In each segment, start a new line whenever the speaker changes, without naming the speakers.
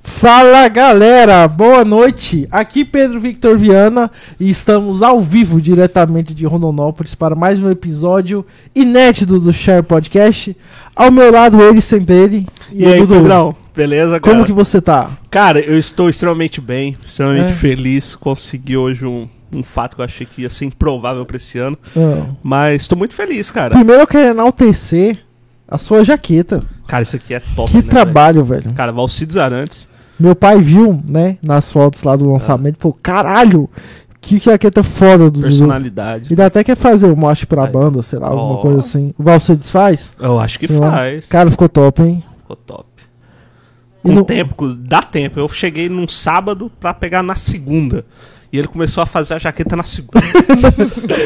Fala galera, boa noite. Aqui Pedro Victor Viana e estamos ao vivo diretamente de Rondonópolis para mais um episódio inédito do Share Podcast. Ao meu lado, ele sem ele
E, aí,
Edu
Pedrão? Beleza,
Como
cara?
que você tá?
Cara, eu estou extremamente bem, extremamente
É.
feliz. Consegui hoje um, um fato que eu achei que ia ser improvável pra esse ano.
Ah.
Mas tô muito feliz, cara.
Primeiro eu quero enaltecer a sua jaqueta.
Cara, isso aqui é top,
Que
né,
trabalho, velho.
velho? Cara, Valcides Arantes.
Meu pai viu, né, nas fotos lá
Ah.
do lançamento e falou: caralho, que jaqueta foda do Dudu.
Personalidade.
E dá até quer fazer o mote pra
Aí.
banda, sei lá, alguma
Ó.
coisa assim. O Valcides faz?
Eu acho que
Sei lá.
faz.
Cara, ficou top, hein?
Ficou top.
E
Com
no-
tempo, com- dá tempo. Eu cheguei num sábado pra pegar na segunda. E ele começou a fazer a jaqueta na segunda.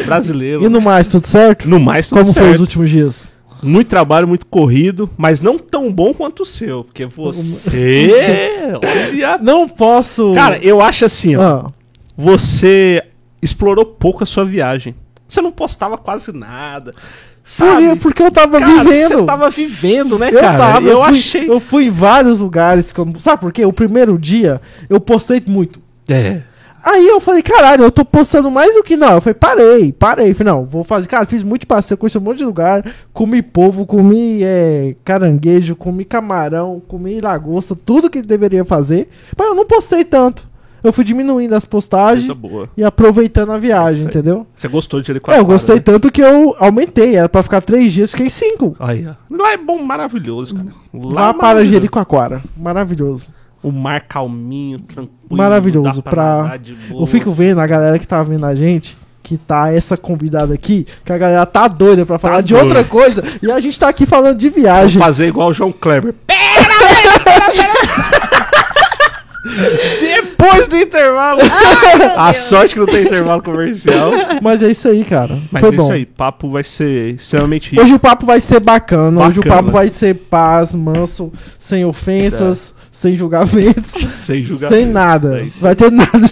Brasileiro.
E no mais, tudo certo?
No mais, tudo
Como foi
certo.
os últimos dias?
Muito trabalho, muito corrido, mas não tão bom quanto o seu, porque você. Olha.
Não posso.
Cara, eu acho assim, ó,
Ah,
você explorou pouco a sua viagem. Você não postava quase nada.
sabia,
Sabe?
porque eu tava
Cara,
vivendo.
você tava vivendo, né,
Eu
cara?
tava,
eu
fui,
achei.
Eu fui em vários lugares. que eu não- Sabe por quê? O primeiro dia eu postei muito.
É.
Aí eu falei, caralho, eu tô postando mais do que não. Eu falei, parei, parei. Falei, não, vou fazer. Cara, fiz muito passeio, conheci um monte de lugar. Comi povo, comi é, caranguejo, comi camarão, comi lagosta, tudo que deveria fazer. Mas eu não postei tanto. Eu fui diminuindo as postagens
Coisa boa.
e aproveitando a
Isso
viagem,
aí.
entendeu?
Você gostou de né? ele
É, eu gostei tanto que eu aumentei. Era pra ficar três dias, fiquei cinco.
Aí, ó. Lá é bom, maravilhoso, cara.
Lá,
é
para
maravilhoso.
Jericoacoara. Maravilhoso.
O mar calminho, tranquilo.
Maravilhoso,
dá
pra-
nadar de boa.
Eu fico vendo a galera que tá vendo a gente, que tá essa convidada aqui, que a galera tá doida pra falar de
doida.
outra coisa, e a gente tá aqui falando de
Vou
viagem.
fazer igual o João Kleber. Pera, pera, pera, pera. Depois do intervalo. a sorte que não tem intervalo comercial.
Mas é isso aí, cara.
Mas
Foi
é
bom.
isso aí. Papo vai ser extremamente rico.
Hoje o papo vai ser bacana, hoje o
Bacana.
papo vai ser paz, manso, sem ofensas, sem julgamentos,
Sem
sem
julgamento.
nada.
É isso
vai
aí.
ter nada.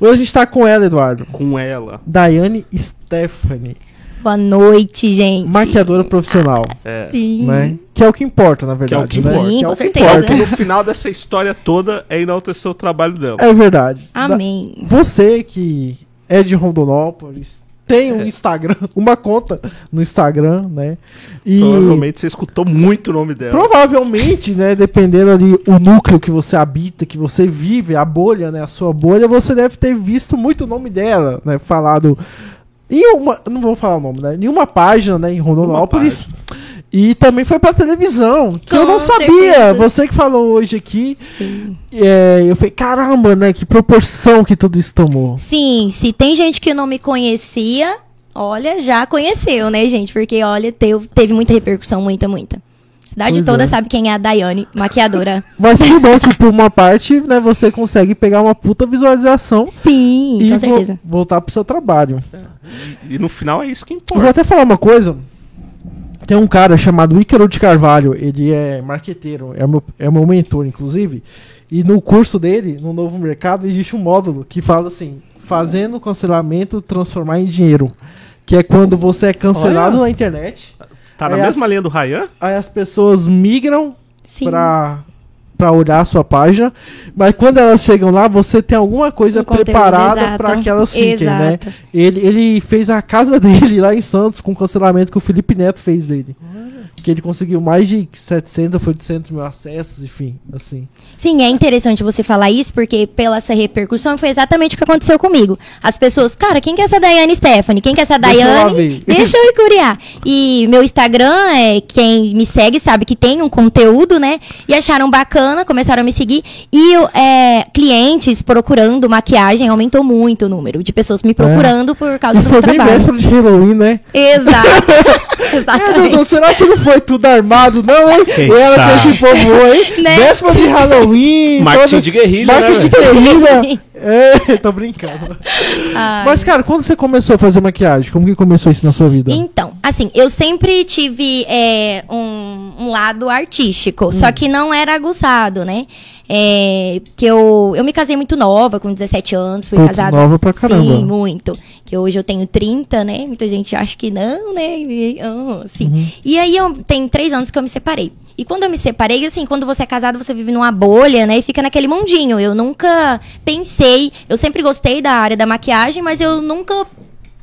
hoje a gente tá com ela, Eduardo.
Com ela.
Daiane Stephanie,
Boa noite, gente.
maquiadora profissional,
É.
Sim.
né? Que é o que importa, na
Que é o
verdade,
que
né?
importa.
Sim,
Que é
com
o que
certeza.
importa. No final dessa história toda é enaltecer o trabalho dela.
É verdade. Da-
Amém.
Você que é de Rondonópolis, tem um Instagram, uma conta no Instagram, né? E
Provavelmente você escutou muito o nome dela.
provavelmente, né, dependendo ali o núcleo que você habita, que você vive, a bolha, né, a sua bolha, você deve ter visto muito o nome dela, né, falado em uma, não vou falar o nome, né, em uma página, né, em Rondonópolis. E também foi pra televisão, que eu
Com
não sabia.
certeza.
Você que falou hoje aqui,
Sim.
é, eu falei, caramba, né, que proporção que tudo isso tomou.
Sim, se tem gente que não me conhecia, olha, já conheceu, né, gente? Porque, olha, teve, teve muita repercussão, muita, muita. Cidade
Pois
toda
é.
sabe quem é a Daiane, maquiadora.
Mas que bom que por uma parte, né, você consegue pegar uma puta visualização
Sim,
e
com
vo-
certeza.
voltar pro seu trabalho.
E no final é isso que
Eu vou
importa.
até falar uma coisa. Tem um cara chamado Ícaro de Carvalho, ele é marqueteiro, é meu, é meu mentor, inclusive. E no curso dele, no Novo Mercado, existe um módulo que fala assim: fazendo cancelamento transformar em dinheiro. Que é quando você é cancelado
Olha.
na internet,
Tá na
Aí
mesma linha do Ryan?
aí as pessoas migram
Sim.
pra, pra olhar a sua página. Mas quando elas chegam lá, você tem alguma coisa
Um conteúdo
preparada
exato.
pra que elas fiquem,
Exato.
né? Ele, ele fez a casa dele lá em Santos com o cancelamento que o Felipe Neto fez dele. Que ele conseguiu mais de 700, 800 mil acessos, enfim, assim.
Sim, é interessante você falar isso, porque pela essa repercussão foi exatamente o que aconteceu comigo. As pessoas, cara, quem que é essa Daiane Stephanie? Quem que é essa
Deixa eu lá
Daiane?
ver.
Deixa eu ir curiar. E meu Instagram, é, quem me segue sabe que tem um conteúdo, né? E acharam bacana, começaram a me seguir. E eu, é, clientes procurando maquiagem, aumentou muito o número de pessoas me procurando por causa
É. E
do
foi
meu
bem
trabalho. Ah,
véspera de Halloween, né?
Exato.
Meu Deus, do céu,
Exatamente.
será que não foi tudo armado, não, hein?
Quem
Ela que
sabe?
esse povo, hein?
Né?
Véspera de Halloween.
Marketing
todo-
de guerrilha, né,
Marketing de guerrilha. É, tô brincando.
Ai.
Mas, cara, quando você começou a fazer maquiagem? Como que começou isso na sua vida?
Então, Assim, eu sempre tive é, um, um lado artístico,
Hum.
só que não era aguçado, né? É, que eu, eu me casei muito nova, com 17 anos, fui
Putz,
casada.
nova pra caramba.
Sim, muito. Que hoje eu tenho 30, né? Muita gente acha que não, né? E, ah, Sim.
Uhum.
E aí eu tem três anos que eu me separei. E quando eu me separei, assim, quando você é casado, você vive numa bolha, né? E fica naquele mundinho. Eu nunca pensei, eu sempre gostei da área da maquiagem, mas eu nunca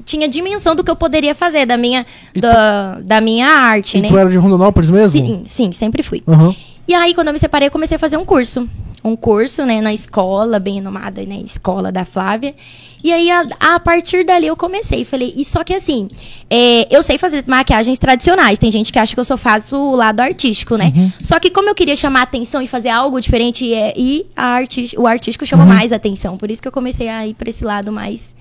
tinha dimensão do que eu poderia fazer, da minha, da, da minha arte,
E
né?
tu Tipo, era de Rondonópolis mesmo?
Sim, sim, sempre fui.
Aham.
E aí, quando eu me separei, eu comecei a fazer um curso. Um curso, né, na escola, bem renomada, né, escola da Flávia. E aí, a, a partir dali, eu comecei. Falei, e só que assim, é, eu sei fazer maquiagens tradicionais. Tem gente que acha que eu só faço o lado artístico, né?
Uhum.
Só que como eu queria chamar atenção e fazer algo diferente, é, e a arti o artístico
Uhum.
chama mais atenção. Por isso que eu comecei a ir pra esse lado mais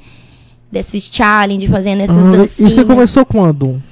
desses challenge, fazendo essas
Ah,
dancinhas.
E você começou quando?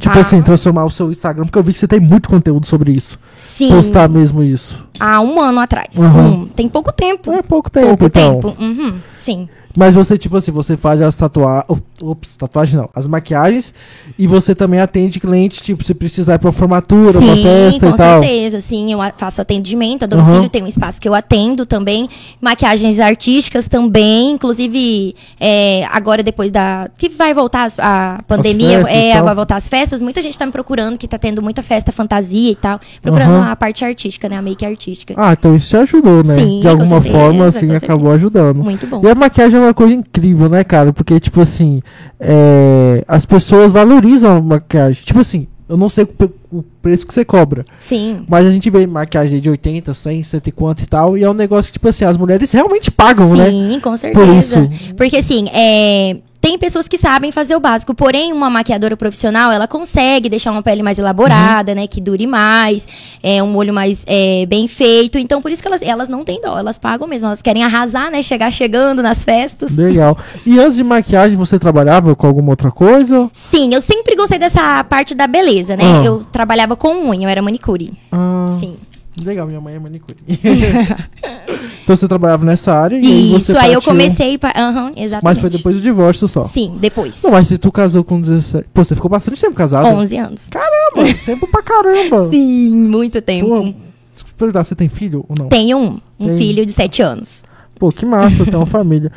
Tipo
Ah.
assim, transformar o seu Instagram, porque eu vi que você tem muito conteúdo sobre isso.
Sim,
Postar mesmo isso.
há um ano atrás.
Uhum.
Um- tem pouco tempo.
É pouco tempo,
pouco
então.
tempo. Uhum, sim.
Mas você, tipo assim, você faz as tatuagens. Ops, tatuagem não. As maquiagens. E você também atende cliente, tipo, se precisar ir pra uma formatura, uma
Sim,
festa
com
e tal.
certeza. Sim, eu a- faço atendimento a domicílio,
Uhum.
tem um espaço que eu atendo também. Maquiagens artísticas também. Inclusive, é, agora depois da. Que vai voltar as- a pandemia,
festas e
é,
tal.
vai voltar as festas. Muita gente tá me procurando, que tá tendo muita festa fantasia e tal. Procurando
Uhum.
a parte artística, né? A make artística.
Ah, então isso te ajudou, né?
Sim,
De
com
alguma
certeza,
forma,
com
assim,
certeza.
acabou ajudando.
Muito bom.
E a maquiagem é uma coisa incrível, né, cara? Porque, tipo assim, é, as pessoas valorizam a maquiagem. Tipo assim, eu não sei o pre- o preço que você cobra.
Sim.
Mas a gente vê maquiagem de 80, 100, 100 e quanto e tal. E é um negócio que, tipo assim, as mulheres realmente pagam, né?
Sim, com certeza.
Por
Porque assim, é, Tem pessoas que sabem fazer o básico, porém uma maquiadora profissional, ela consegue deixar uma pele mais elaborada,
Uhum.
né, que dure mais, é um olho mais é, bem feito. Então por isso que elas, elas não têm dó, elas pagam mesmo, elas querem arrasar, né, chegar chegando nas festas.
Legal. E antes de maquiagem, você trabalhava com alguma outra coisa?
Sim, eu sempre gostei dessa parte da beleza, né?
Ah.
Eu trabalhava com unha, eu era manicure.
Ah,
Sim.
legal, minha mãe é manicure. então você trabalhava nessa área e aí
E
você
isso aí eu
partiu-
comecei, pa- aham, exatamente.
Mas foi depois do divórcio só.
Sim, depois.
Não, mas se tu casou com 17. Pô, você ficou bastante tempo casado. né?
11 anos.
Caramba, tempo pra caramba.
Sim, muito tempo.
Pô, desculpa perguntar, você tem filho ou não?
Tenho um, um
Tem.
filho de 7 anos.
Pô, que massa, tem uma família.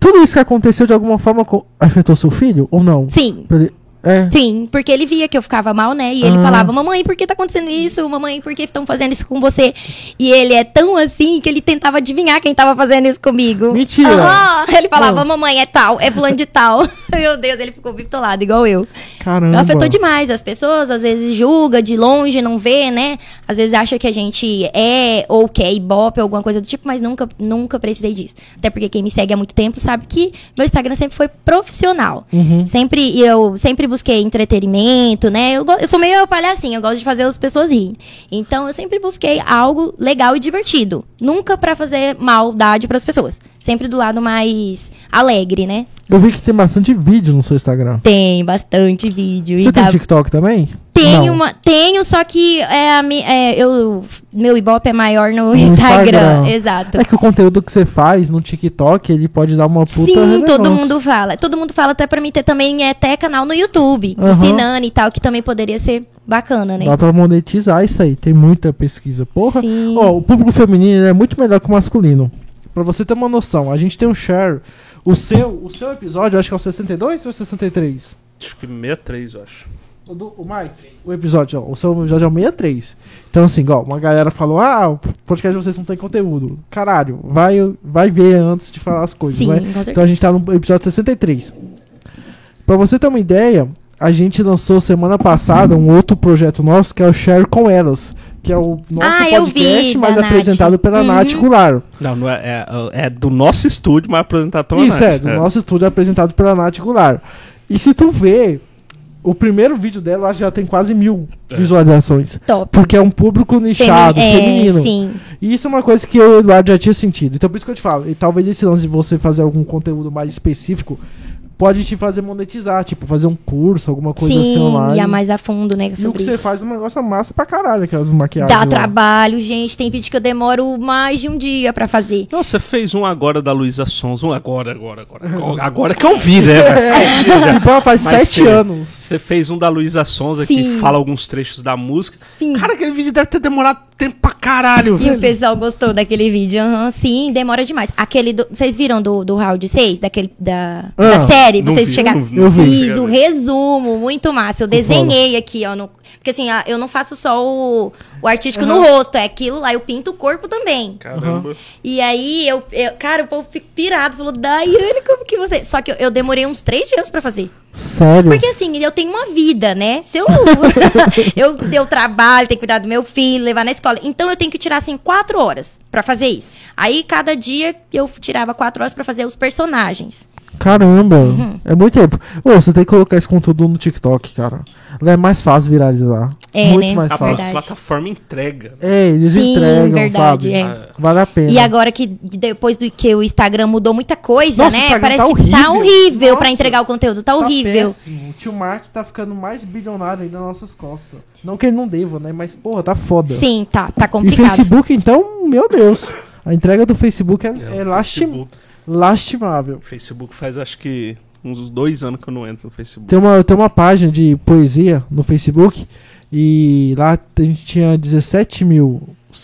Tudo isso que aconteceu de alguma forma co- afetou seu filho ou não?
Sim.
Pra ele- É.
Sim, porque ele via que eu ficava mal, né? E ele
Ah.
falava: Mamãe, por que tá acontecendo isso? Mamãe, por que estão fazendo isso com você? E ele é tão assim que ele tentava adivinhar quem tava fazendo isso comigo.
Mentira.
Aham. Ele falava:
Ah.
Mamãe, é tal, é fulano de tal. Meu Deus, ele ficou bitolado, igual eu.
Caramba.
Afetou demais as pessoas, às vezes julga de longe, não vê, né? Às vezes acha que a gente é ou quer ibope, alguma coisa do tipo, mas nunca, nunca precisei disso. Até porque quem me segue há muito tempo sabe que meu Instagram sempre foi profissional.
Uhum.
Sempre e eu sempre busquei entretenimento, né? Eu, go- eu sou meio palhacinha, eu gosto de fazer as pessoas rirem. Então eu sempre busquei algo legal e divertido, nunca pra fazer maldade pras pessoas, sempre do lado mais alegre, né?
Eu vi que tem bastante vídeo no seu Instagram.
Tem bastante vídeo
Você
e
tem
dá
TikTok também?
tenho,
Não.
uma, tenho, só que é, a mi- é, eu, meu Ibope é maior no,
No
Instagram.
Instagram.
Exato.
É que o conteúdo que você faz no TikTok, ele pode dar uma puta
Sim,
relevância.
todo mundo fala. Todo mundo fala até pra mim ter também é, até canal no YouTube,
Aham.
ensinando e tal, que também poderia ser bacana, né?
Dá pra monetizar isso aí. Tem muita pesquisa. Porra.
Sim.
Ó, o público feminino é muito melhor que o masculino. Pra você ter uma noção, a gente tem um share. O seu, o seu episódio, eu acho que é o 62 ou 63?
Acho que 63, eu acho.
O, do, o Mike, o episódio, ó, o seu episódio é o 63. Então, assim, ó, uma galera falou: ah, o podcast de vocês não tem conteúdo. Caralho, vai, vai ver antes de falar as coisas.
Sim,
vai.
com certeza.
Então a gente tá no episódio 63. Pra você ter uma ideia, a gente lançou semana passada um outro projeto nosso que é o Share com Elas. Que é o nosso
Ah, eu
podcast,
vi,
mas
da Nath.
apresentado pela
Uhum.
Nath Goulart.
Não, não é, é, é do nosso estúdio, mas apresentado pela
Isso,
Nath.
é, do nosso estúdio apresentado pela Nath Goulart. E se tu vê, o primeiro vídeo dela eu acho que já tem quase mil
É.
visualizações.
Top.
Porque é um público nichado,
Femi- é,
feminino.
Sim.
E isso é uma coisa que eu e o Eduardo já tinha sentido. Então por isso que eu te falo, e talvez esse lance de você fazer algum conteúdo mais específico pode te fazer monetizar, tipo, fazer um curso, alguma coisa assim
Sim,
online.
ia mais a fundo, né,
E o que
sobre
você
isso.
faz é um negócio massa pra caralho, aquelas
um
maquiagens.
Dá
lá.
trabalho, gente. Tem vídeo que eu demoro mais de um dia pra fazer.
Não, você fez um agora da Luísa Sons, um agora, agora, agora. Agora que eu vi, né? velho? Faz dias já.
E, pô, Tipo, faz
Mas
sete
você-
anos.
Você fez um da Luísa Sonza que
Sim.
fala alguns trechos da música.
Sim.
Cara, aquele vídeo deve ter demorado tempo pra caralho,
E o
velho.
pessoal gostou daquele vídeo. Aham, sim, demora demais. Aquele do- Vocês viram do, do round 6, daquele, da,
Ah,
da série?
não
Vocês
vi,
chegaram.
não- não vi.
Fiz o resumo, muito massa. Eu desenhei aqui, ó. no- Porque assim, a- eu não faço só o, o artístico no rosto, é aquilo lá, eu pinto o corpo também.
Caramba.
E aí, eu, eu- cara, o povo fica pirado, falou, Daiane, como que você. Só que eu, eu demorei uns três dias pra fazer.
Sério?
Porque assim, eu tenho uma vida, né? Se eu, eu, eu trabalho, tenho que cuidar do meu filho, levar na escola. Então eu tenho que tirar, assim, quatro horas pra fazer isso. Aí cada dia eu tirava quatro horas pra fazer os personagens.
Caramba,
Uhum.
é muito tempo. Ô, você tem que colocar esse conteúdo no TikTok, cara. Lá é mais fácil viralizar.
É,
muito
né?
mais
A
fácil.
Verdade.
plataforma entrega. né?
É, eles
Sim,
entregam,
verdade,
sabe?
é.
Vale a pena.
E agora que depois do que o Instagram mudou muita coisa,
Nossa, o
né?
Instagram
Parece
tá
que tá
horrível.
horrível pra
Nossa.
entregar o conteúdo, tá,
Tá
horrível.
péssimo. O tio Mark tá ficando mais bilionário aí nas nossas costas. Não que ele não deva, né? Mas, porra, tá foda.
Sim, tá, tá
E
complicado.
Facebook, então, meu Deus. A entrega do Facebook é, é,
o
lastim-
Facebook,
lastimável.
o Facebook faz acho que uns dois anos que eu não entro no Facebook.
Tem uma, tem uma página de poesia no Facebook e lá a gente tinha 17 mil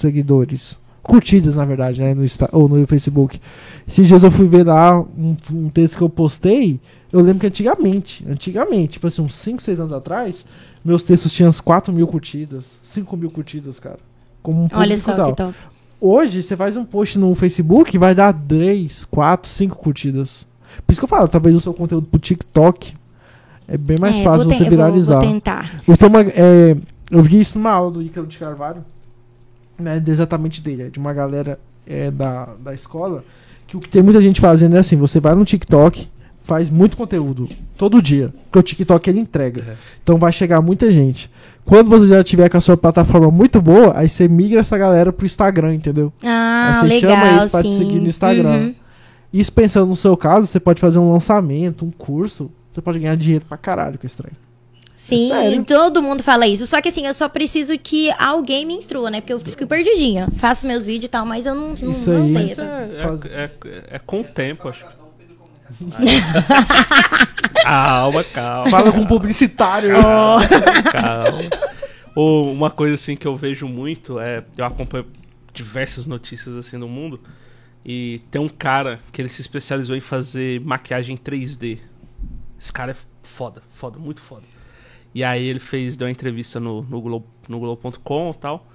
seguidores. Curtidas, na verdade, né? No, Insta- ou no Facebook. Esses dias eu fui ver lá um, um texto que eu postei. Eu lembro que antigamente, antigamente, tipo assim, uns 5, 6 anos atrás, meus textos tinham uns 4 mil curtidas, 5 mil curtidas, cara. Como um
Olha
público
só
tal.
que top.
Hoje, você faz um post no Facebook e vai dar 3, 4, 5 curtidas. Por isso que eu falo, talvez o seu conteúdo pro TikTok é bem mais
É,
fácil
vou te-
você
eu
viralizar.
Vou, vou tentar.
Eu, tomo, é, eu vi isso numa aula do Ícaro de Carvalho, né, de- exatamente dele, é de uma galera é, da, da escola, que o que tem muita gente fazendo é assim, você vai no TikTok, faz muito conteúdo, todo dia, porque o TikTok ele entrega,
É.
então vai chegar muita gente. Quando você já tiver com a sua plataforma muito boa, aí você migra essa galera pro Instagram, entendeu?
Ah,
Aí você chama
legal,
eles pra te
sim.
seguir no Instagram. É
Uhum.
Isso pensando no seu caso, você pode fazer um lançamento, um curso, você pode ganhar dinheiro pra caralho com esse trem.
Sim,
Sério?
todo mundo fala isso. Só que assim, eu só preciso que alguém me instrua, né? Porque eu fico perdidinha. Faço meus vídeos e tal, mas eu não, não,
Isso
Hum, não
aí.
sei.
Isso
essas-
É, é, é- é com o tempo, acho. calma, calma.
Fala com um publicitário.
Oh.
Calma. Ou uma coisa assim que eu vejo muito é. Eu acompanho diversas notícias assim no mundo. E tem um cara que ele se especializou em fazer maquiagem 3D. Esse cara é foda, foda, muito foda. E aí ele fez, deu uma entrevista no, no Globo- no Globo.com e tal.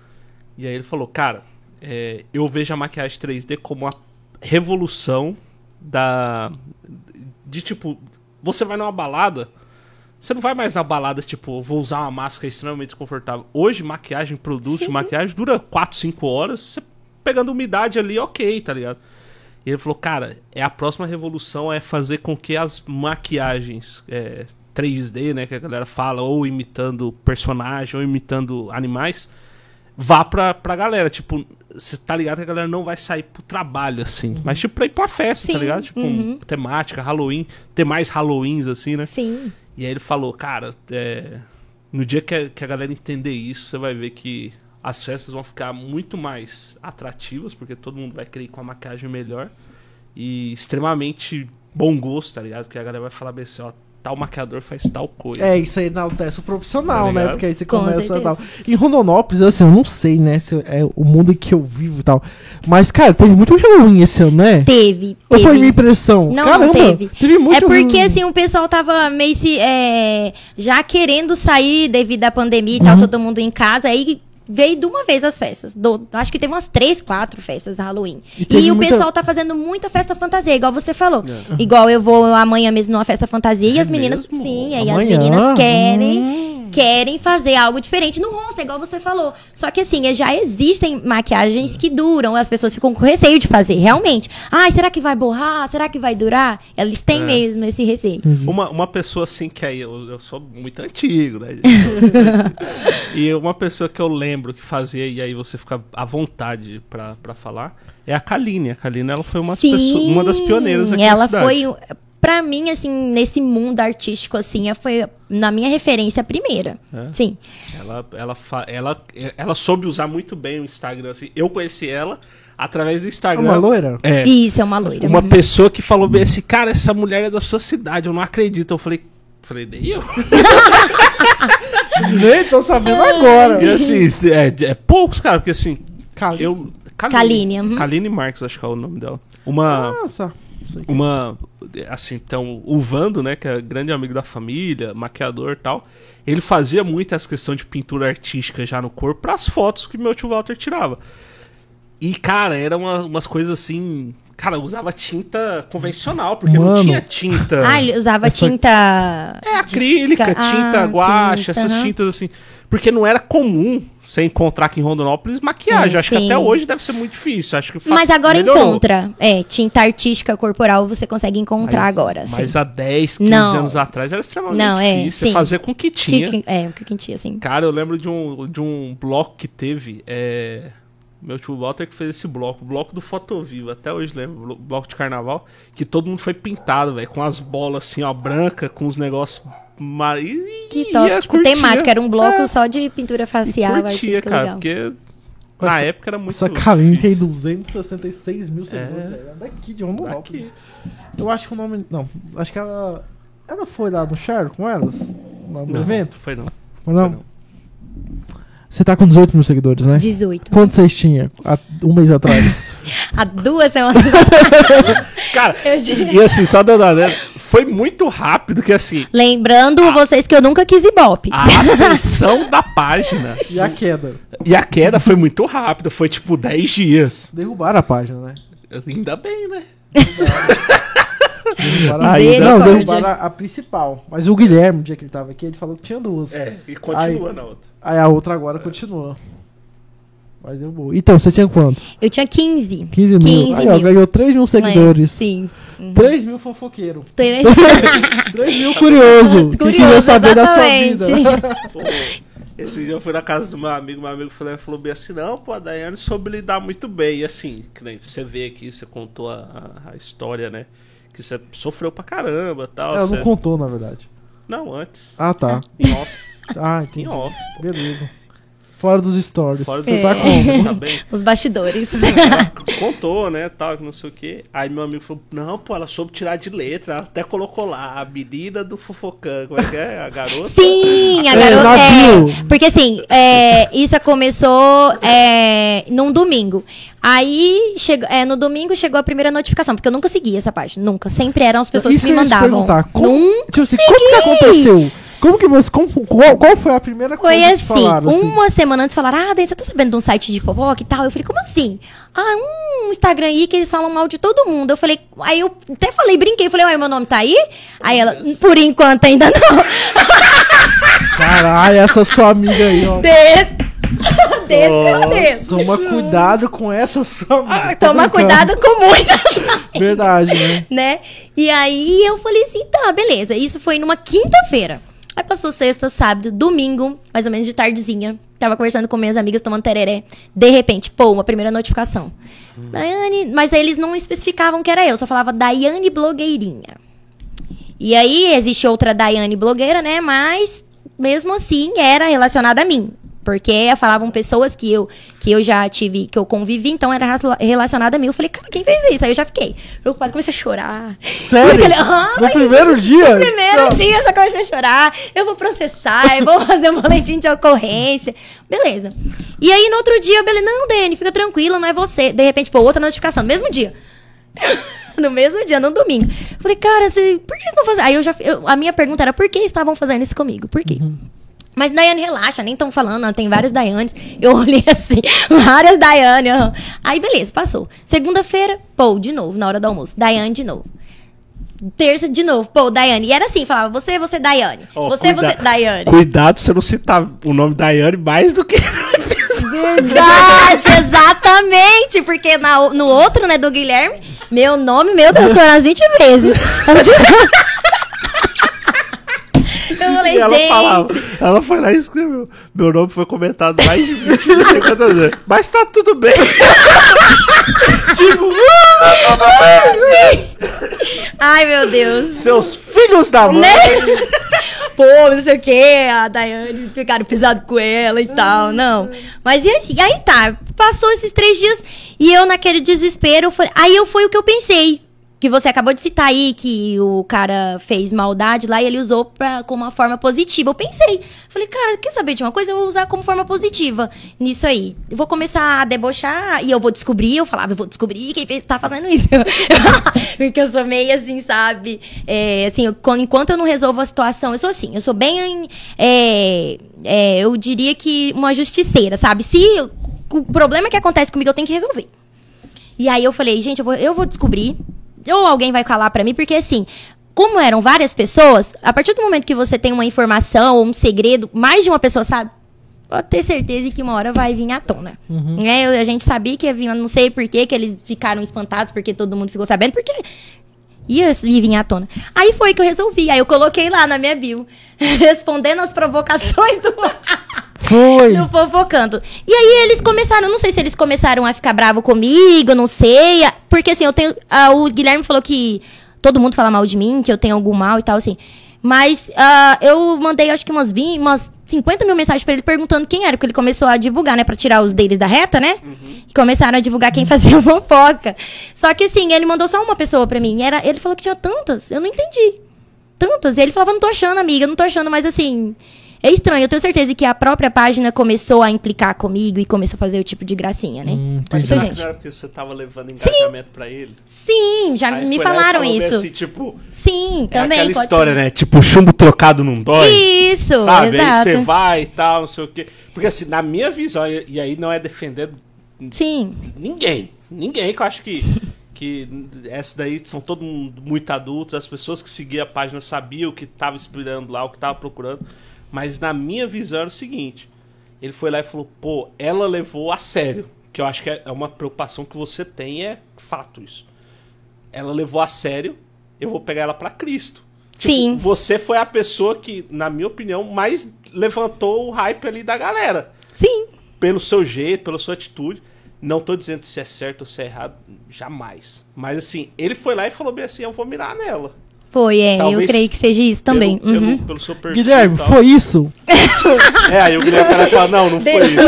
E aí ele falou, cara, é, eu vejo a maquiagem 3D como a revolução da. De tipo, você vai numa balada, você não vai mais na balada, tipo, vou usar uma máscara extremamente desconfortável. Hoje, maquiagem, produto de
Sim.
maquiagem dura 4, 5 horas. Você pegando umidade ali, ok, tá ligado? E ele falou, cara, é a próxima revolução é fazer com que as maquiagens é, 3D, né, que a galera fala, ou imitando personagem, ou imitando animais, vá pra, pra galera. Tipo, você tá ligado que a galera não vai sair pro trabalho, assim. Mas, tipo, pra ir pra festa,
Uhum. Sim,
tá ligado? Tipo,
uhum.
temática, Halloween, ter mais Halloweens, assim, né?
Sim.
E aí ele falou, cara, é, no dia que a, que a galera entender isso, você vai ver que as festas vão ficar muito mais atrativas, porque todo mundo vai querer ir com a maquiagem melhor e extremamente bom gosto, tá ligado? Porque a galera vai falar bem assim, ó, tal maquiador faz tal coisa.
É, isso aí enaltece o profissional,
Tá
né?
ligado?
Porque aí você
Com
começa a
certeza.
dar. Em Rondonópolis, assim, eu não sei, né? Se é o mundo em que eu vivo e tal. Mas, cara, teve muito Halloween esse ano, né?
Teve.
Ou
teve.
foi minha impressão?
Não,
Caramba,
não teve.
muito
é porque
Halloween.
assim, o pessoal tava meio se. é, já querendo sair devido à pandemia e
Uhum.
tal, todo mundo em casa. Aí veio de uma vez as festas. Do- acho que teve umas três, quatro festas Halloween.
E
E,
teve
o
muita- É.
pessoal tá fazendo muita festa fantasia, igual você falou. Igual eu vou amanhã mesmo numa festa fantasia e as meninas.
mesmo?
Sim, aí
Amanhã?
as meninas querem.
Hum.
Querem fazer algo diferente no rosto, igual você falou. Só que assim, eh, já existem maquiagens que duram, as pessoas ficam com receio de fazer, realmente. Ai, será que vai borrar? Será que vai durar? Eles
É.
têm mesmo esse receio.
Uma, uma pessoa assim que aí eu, eu sou muito antigo, né? gente? e uma pessoa que eu lembro que fazia e aí você fica à vontade pra pra falar é a Kaline. A Kaline ela foi uma, das
Sim,
pessoas- uma das pioneiras aqui na
Ela
cidade.
foi pra mim, assim, nesse mundo artístico, assim, é- foi na minha referência a primeira.
É?
Sim.
Ela, ela, fa- ela, ela soube usar muito bem o Instagram. Assim. Eu conheci ela através do
É
Instagram.
uma loira?
É.
E isso é uma loira.
Uma
Uhum.
pessoa que falou bem assim, cara, essa mulher é da sua cidade, eu não acredito. Eu falei, falei, nem eu.
Nem tô sabendo agora.
E assim, é, é poucos, cara, porque assim,
Cali-
eu.
Kaline, uhum. Ah,
Kaline Marques, acho que é o nome dela. Uma.
Nossa. Sei.
uma assim então o Vando né que é grande amigo da família maquiador e tal ele fazia muito essa questão de pintura artística já no corpo para as fotos que meu tio Walter tirava e cara era uma- umas coisas assim cara usava tinta convencional porque
Mano.
não tinha tinta
Ah, ele usava
Essa-
tinta.
é acrílica
Ah,
tinta
sim,
guache
isso,
essas
aham.
tintas assim porque não era comum você encontrar aqui em Rondonópolis maquiagem
Hum,
acho que
sim.
até hoje deve ser muito difícil acho que fa-
Mas agora
melhorou.
encontra. É, tinta artística corporal você consegue encontrar
Mas-
agora. sim.
Mas há 10, 15
Não.
anos atrás era extremamente
Não, é,
difícil
sim.
fazer com o que
Que-
tinha.
que- é, o que quentia, assim.
Cara, eu lembro de um, de um bloco que teve. é, Meu tio Walter que fez esse bloco, o bloco do Fotovivo, até hoje lembro, blo- bloco de carnaval, que todo mundo foi pintado, velho, com as bolas assim, ó, branca, com os negócios. ma- e-
Que
e
top.
ia,
tipo,
curtia.
temática. Era um bloco
É,
só de pintura
e
facial,
curtia,
artística
cara,
legal.
porque na
Essa-
época era muito.
Essa Kaline tem
difícil.
266 mil seguidores. É. Daqui de Rondonópolis. Eu acho que o nome. Não, acho que ela. Ela foi lá no Char com elas? Lá no
Não,
evento?
foi não.
Ou
Foi
não?
não.
Você tá com 18 mil seguidores, né?
18.
Quantos vocês tinham há um mês atrás?
Há duas semanas.
Cara,
Eu diria.
e, e assim, só dando. né, Foi muito rápido que assim.
Lembrando vocês que eu nunca quis ibope.
A ascensão da página.
e a queda?
E a queda foi muito rápida, foi tipo 10 dias.
Derrubaram a página, né?
Ainda bem, né?
Derrubaram a-
Misericórdia.
não, derrubaram a, a principal. Mas o Guilherme, o dia que ele tava aqui, ele falou que tinha duas.
É, e
continua
na outra.
Aí a outra agora
É.
continua. Mas derrubou. Então, você tinha quantos?
Eu tinha 15.
15 mil.
15
Aí, ó,
mil.
ganhou 3 mil seguidores.
Sim.
3 mil fofoqueiro.
Tô né? indo-
3 mil curioso. que queria
Curioso,
saber da sua vida.
exatamente.
Esse dia eu fui na casa do meu amigo, meu amigo falou, falou bem assim, não, pô, a Daiane soube lidar muito bem. E assim, que nem você vê aqui, você contou a, a- a história, né? Que você sofreu pra caramba tal.
Ela
você-
não contou, na verdade.
não, antes.
Ah, tá.
Em off,
Ah,
em
entendi.
off.
Beleza. Fora dos stories.
É.
Fora do
Você tá com...
você tá bem.
Os bastidores.
contou, né, tal, que não sei o quê. Aí meu amigo falou, não, pô, ela soube tirar de letra, ela até colocou lá, a menina do fofocão, como é que é? A garota?
Sim, a
É,
garota.
navio.
É, porque assim, é, isso começou é, num domingo. Aí, chegou, é, no domingo chegou a primeira notificação, porque eu nunca segui essa página, nunca. Sempre eram as pessoas
Isso
que me
eu ia te
mandavam.
perguntar, como,
Num-
tipo assim, como que aconteceu? Como que você... Como, qual, qual foi a primeira coisa
Foi
que
assim,
falaram? assim?
uma semana antes falaram, ah, Dani, você tá sabendo de um site de fofoca e tal? Eu falei, como assim? Ah, um Instagram aí que eles falam mal de todo mundo. Eu falei, aí eu até falei, brinquei, falei, ué, meu nome tá aí? Aí ela, por enquanto ainda não.
Caralho, essa sua amiga aí, ó.
Desse, desse, desse.
Toma cuidado com essa sua amiga.
Ah,
Tô Tá
Toma
brincando.
cuidado com muita,
Verdade, né?
né? E aí eu falei assim, tá, beleza. Isso foi numa quinta-feira. Aí passou sexta, sábado, domingo, mais ou menos de tardezinha. Tava conversando com minhas amigas, tomando tereré. De repente, pô, uma primeira notificação. Daiane... Mas aí eles não especificavam que era eu. Só falava Daiane Blogueirinha. E aí existe outra Daiane blogueira, né? Mas mesmo assim era relacionada a mim. Porque falavam pessoas que eu, que eu já tive, que eu convivi, então era rasla- relacionada a mim. Eu falei, cara, quem fez isso? Aí eu já fiquei preocupada, comecei a chorar.
Sério?
Aquele, "Ah,
No primeiro dia?
No primeiro dia eu já comecei a chorar. Eu vou processar, eu vou fazer um boletim de ocorrência. Beleza. E aí no outro dia, eu falei, não, Dani, fica tranquila, não é você. De repente, pô, outra notificação, no mesmo dia. No mesmo dia, no domingo. Falei, cara, você, por que vocês estão fazendo? Aí eu já. eu- a minha pergunta era por que estavam fazendo isso comigo? Por quê?
Uhum.
Mas Daiane, relaxa, nem estão falando, ah, tem várias Daianes. Eu olhei assim, várias Daiane. aham. Aí, beleza, passou. Segunda-feira, pô, de novo, na hora do almoço. Daiane de novo. Terça de novo, pô, Daiane. E era assim, falava, você, você, Daiane.
Ó,
você,
cuida-
você, Daiane.
Cuidado pra você não citar o nome Daiane mais do que...
Verdade, exatamente. Porque na o- no outro, né, do Guilherme, meu nome, meu Deus, foram as 20 vezes. Eu falei,
E ela
gente.
falava. Ela foi lá e escreveu. Meu nome foi comentado mais de 20 não sei quantas vezes. Mas tá tudo bem. tipo,
Assim. Ai, meu Deus.
Seus filhos da mãe!
Né? Pô, não sei o que, a Daiane ficaram pisado com ela e tal, não. Mas e, assim, aí tá, passou esses três dias e eu naquele desespero, eu falei- aí eu foi o que eu pensei. Que você acabou de citar aí, que o cara fez maldade lá e ele usou pra, como uma forma positiva. Eu pensei. Falei, cara, quer saber de uma coisa? Eu vou usar como forma positiva nisso aí. Eu vou começar a debochar e eu vou descobrir. Eu falava, eu vou descobrir quem fez- tá fazendo isso. Porque eu sou meio assim, sabe? É, assim, eu- quando- enquanto eu não resolvo a situação, eu sou assim. Eu sou bem. é, é, eu diria que uma justiceira, sabe? Se eu- o problema que acontece comigo, eu tenho que resolver. E aí eu falei, gente, eu vou, eu vou descobrir. Ou alguém vai calar pra mim, porque assim, como eram várias pessoas, a partir do momento que você tem uma informação ou um segredo, mais de uma pessoa sabe, pode ter certeza que uma hora vai vir à tona. Né? Eu- a gente sabia que ia vir, eu não sei por que que eles ficaram espantados, porque todo mundo ficou sabendo, porque ia ia vir à tona. Aí foi que eu resolvi, aí eu coloquei lá na minha bio, respondendo as provocações do...
Foi.
No fofocando. E aí eles começaram, não sei se eles começaram a ficar bravo comigo, não sei. a- Porque assim, eu tenho. ah, o Guilherme falou que todo mundo fala mal de mim, que eu tenho algum mal e tal, assim. Mas ah, eu mandei, acho que umas, 20, umas 50 mil mensagens pra ele perguntando quem era, porque ele começou a divulgar, né? Pra tirar os deles da reta, né? E Começaram a divulgar quem fazia fofoca. Só que assim, ele mandou só uma pessoa pra mim. e Era, ele falou que tinha tantas. Eu não entendi tantas. E ele falava, não tô achando, amiga, não tô achando, mas assim. É estranho, eu tenho certeza que a própria página começou a implicar comigo e começou a fazer o tipo de gracinha, né?
Mas
Mas,
será que
gente,
não era porque você tava levando engajamento pra ele?
sim, já
Aí
me
foi lá e
falaram
falou
isso.
Assim, tipo,
Sim,
é
também.
aquela
pode
história,
ser.
né? Tipo, chumbo trocado não dói.
Isso,
sabe?
exato.
Aí você vai e tal, não sei o quê. Porque assim, na minha visão, e e aí não é defender
Sim,
Tipo ninguém, ninguém que eu acho que, que essa daí são todo mundo muito adultos, as pessoas que seguiam a página sabiam o que tava inspirando lá, o que tava procurando. Mas na minha visão era o seguinte, ele foi lá e falou, pô, ela levou a sério. Que eu acho que é é uma preocupação que você tem, é fato isso. Ela levou a sério, eu vou pegar ela pra Cristo. Tipo,
Sim.
Você foi a pessoa que, na minha opinião, mais levantou o hype ali da galera.
sim.
Pelo seu jeito, pela sua atitude. Não tô dizendo se é certo ou se é errado, jamais. Mas assim, ele foi lá e falou bem assim: eu vou mirar nela.
Foi, é.
Talvez
eu creio que seja isso também.
Pelo, pelo-
Uhum.
pelo seu perfil.
Guilherme,
e tal.
foi isso?
É, aí o Guilherme cara fala: não, não foi
De-
isso.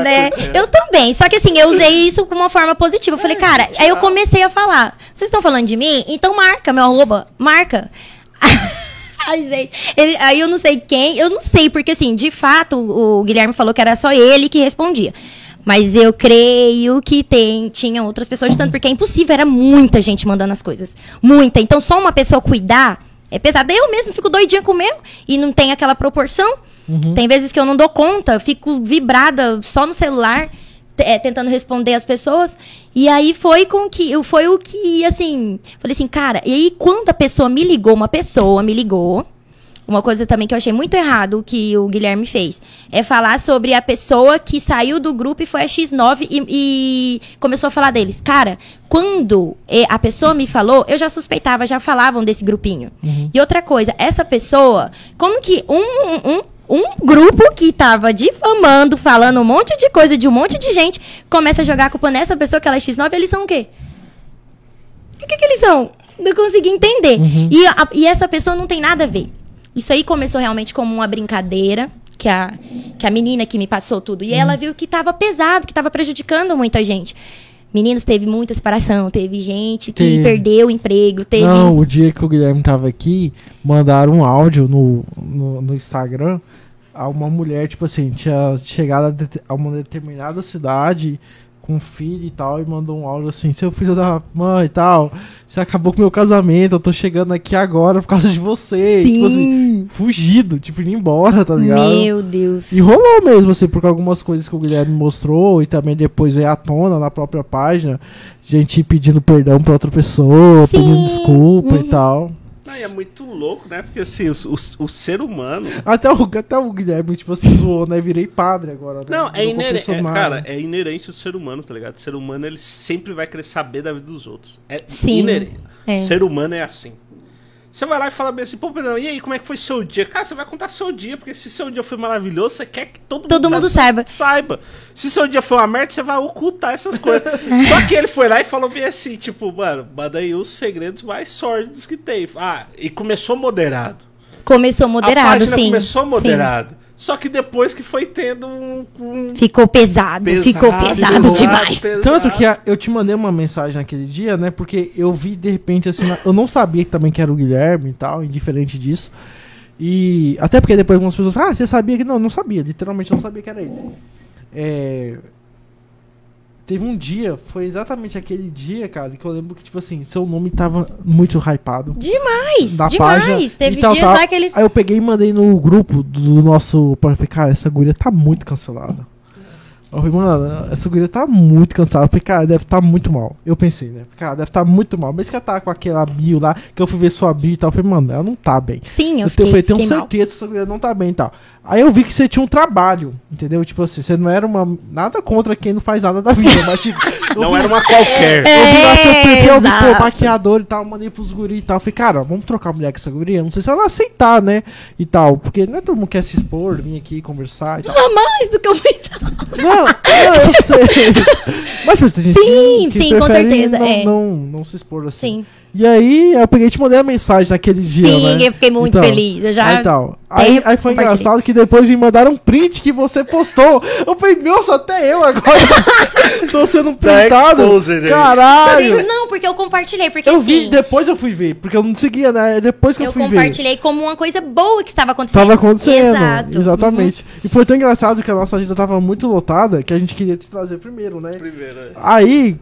né? Eu também. Só que assim, eu usei isso como uma forma positiva. Eu falei,
É,
cara, aí eu comecei a falar. Vocês estão falando de mim? Então marca, meu arroba. Marca. Ai, gente. Ele- aí eu não sei quem. Eu não sei, porque assim, de fato, o, o Guilherme falou que era só ele que respondia. Mas eu creio que tem, tinha outras pessoas de tanto, porque é impossível, era muita gente mandando as coisas. Muita. Então, só uma pessoa cuidar é pesado. Eu mesmo fico doidinha com o meu e não tem aquela proporção. Tem vezes que eu não dou conta, eu fico vibrada só no celular, te- é, tentando responder as pessoas. E aí foi com que. eu- Foi o que, assim. Falei assim, cara, e aí quando a pessoa me ligou, uma pessoa me ligou. Uma coisa também que eu achei muito errado que o Guilherme fez é falar sobre a pessoa que saiu do grupo e foi a X9 e, e começou a falar deles. Cara, quando eh, a pessoa me falou, eu já suspeitava, já falavam desse grupinho. E outra coisa, essa pessoa, como que um, um, um- um grupo que tava difamando, falando um monte de coisa de um monte de gente, começa a jogar a culpa nessa pessoa que ela é X9, eles são o quê? O que, que eles são? Não consegui entender.
Uhum.
E, a- e essa pessoa não tem nada a ver. Isso aí começou realmente como uma brincadeira. Que a, que a menina que me passou tudo. E ela viu que tava pesado, que tava prejudicando muita gente. Meninos, teve muita separação. Teve gente que
Teve.
perdeu o emprego. Teve.
Não, o dia que o Guilherme tava aqui, mandaram um áudio no, no, no Instagram a uma mulher, tipo assim, tinha chegado a, det- a uma determinada cidade com um filho e tal, e mandou um áudio assim, seu filho da mãe e tal, você acabou com meu casamento, eu tô chegando aqui agora por causa de você. Tipo assim,
Sim.
fugido, tipo, indo embora, tá ligado?
Meu Deus.
E rolou mesmo, assim, porque algumas coisas que o Guilherme mostrou e também depois veio à tona na própria página, gente pedindo perdão pra outra pessoa,
Sim.
pedindo desculpa e
Uhum.
tal.
Não, e é muito louco, né? Porque assim, o, o- o ser humano.
Até o, até o Guilherme, tipo assim, zoou, né? Virei padre agora. Né?
Não, é
Virou
inerente.
confessionário.
cara, é inerente ao ser humano, tá ligado? O ser humano, ele sempre vai querer saber da vida dos outros. É
Sim.
inerente.
É.
Ser humano é assim. Você vai lá e fala bem assim, pô, Pedrão, e aí, como é que foi seu dia? Cara, você vai contar seu dia, porque se seu dia foi maravilhoso, você quer que todo,
Todo mundo saiba.
Saiba. Se seu dia foi uma merda, você vai ocultar essas coisas. Só que ele foi lá e falou bem assim, tipo, mano, manda aí os segredos mais sórdidos que tem. Ah, e começou moderado.
Começou
a
moderado,
página
sim.
começou
Sim.
moderado. Só que depois que foi tendo um... um
Ficou pesado, ficou pesado
pesado,
demais.
pesado.
Tanto que a- eu te mandei uma mensagem naquele dia, né? Porque eu vi de repente assim. na- Eu não sabia que também que era o Guilherme e tal, indiferente disso. E até porque depois algumas pessoas falam, ah, você sabia que. Não, eu não sabia, literalmente eu não sabia que era ele. É, Teve um dia, foi exatamente aquele dia, cara, que eu lembro que, tipo assim, seu nome tava muito hypado.
Demais,
Da
demais.
página
Teve
e tal,
dias
tal.
lá que eles.
Aí eu peguei e mandei no grupo do nosso. Pra ficar, cara, essa guria tá muito cancelada. Eu falei, mano, essa guria tá muito cansada. Eu falei, cara, deve tá muito mal. Eu pensei, né? Cara, deve tá muito mal. Mesmo que ela tá com aquela bio lá, que eu fui ver sua bio e tal. Eu falei, mano, ela não tá bem.
Sim, eu
Eu, te- eu
fiquei,
falei, um tenho
fiquei mal.
certeza que essa guria não tá bem e tal. Aí eu vi que você tinha um trabalho, entendeu? Tipo assim, você não era uma. Nada contra quem não faz nada da vida, mas tipo. eu
Não
vi-
era uma qualquer.
eu vi lá seu
É,
perfil, eu vi, pô,
exato.
maquiador e tal, mandei pros guri e tal. Falei, cara, vamos trocar mulher com essa guria? Não sei se ela vai aceitar, né? E tal, porque não é todo mundo que quer se expor, vir aqui conversar e tal.
Ah, mais do que eu pensava.
Não, não, eu sei. Mas, tipo, tem gente que-
Sim,
que
sim, com
prefere
certeza,
Não,
é.
não, não se expor assim.
Sim,
E aí, eu peguei e te mandei a mensagem naquele dia,
sim,
né?
eu fiquei muito
Então,
feliz. Eu já.
Aí, tal. aí, aí foi
compartilhei.
engraçado que depois me mandaram um print que você postou. Eu falei, nossa, até eu agora tô sendo
Tá
printado.
exposed aí.
Caralho.
Sim, Não, porque eu compartilhei, porque
Eu vi,
assim.
depois eu fui ver, porque eu não seguia, né? É Depois que eu,
eu
fui ver.
compartilhei como uma coisa boa que estava acontecendo.
Tava acontecendo.
Exato. Uhum.
Exatamente. E foi tão engraçado que a nossa agenda tava muito lotada que a gente queria te trazer primeiro, né?
Primeiro, é.
Aí,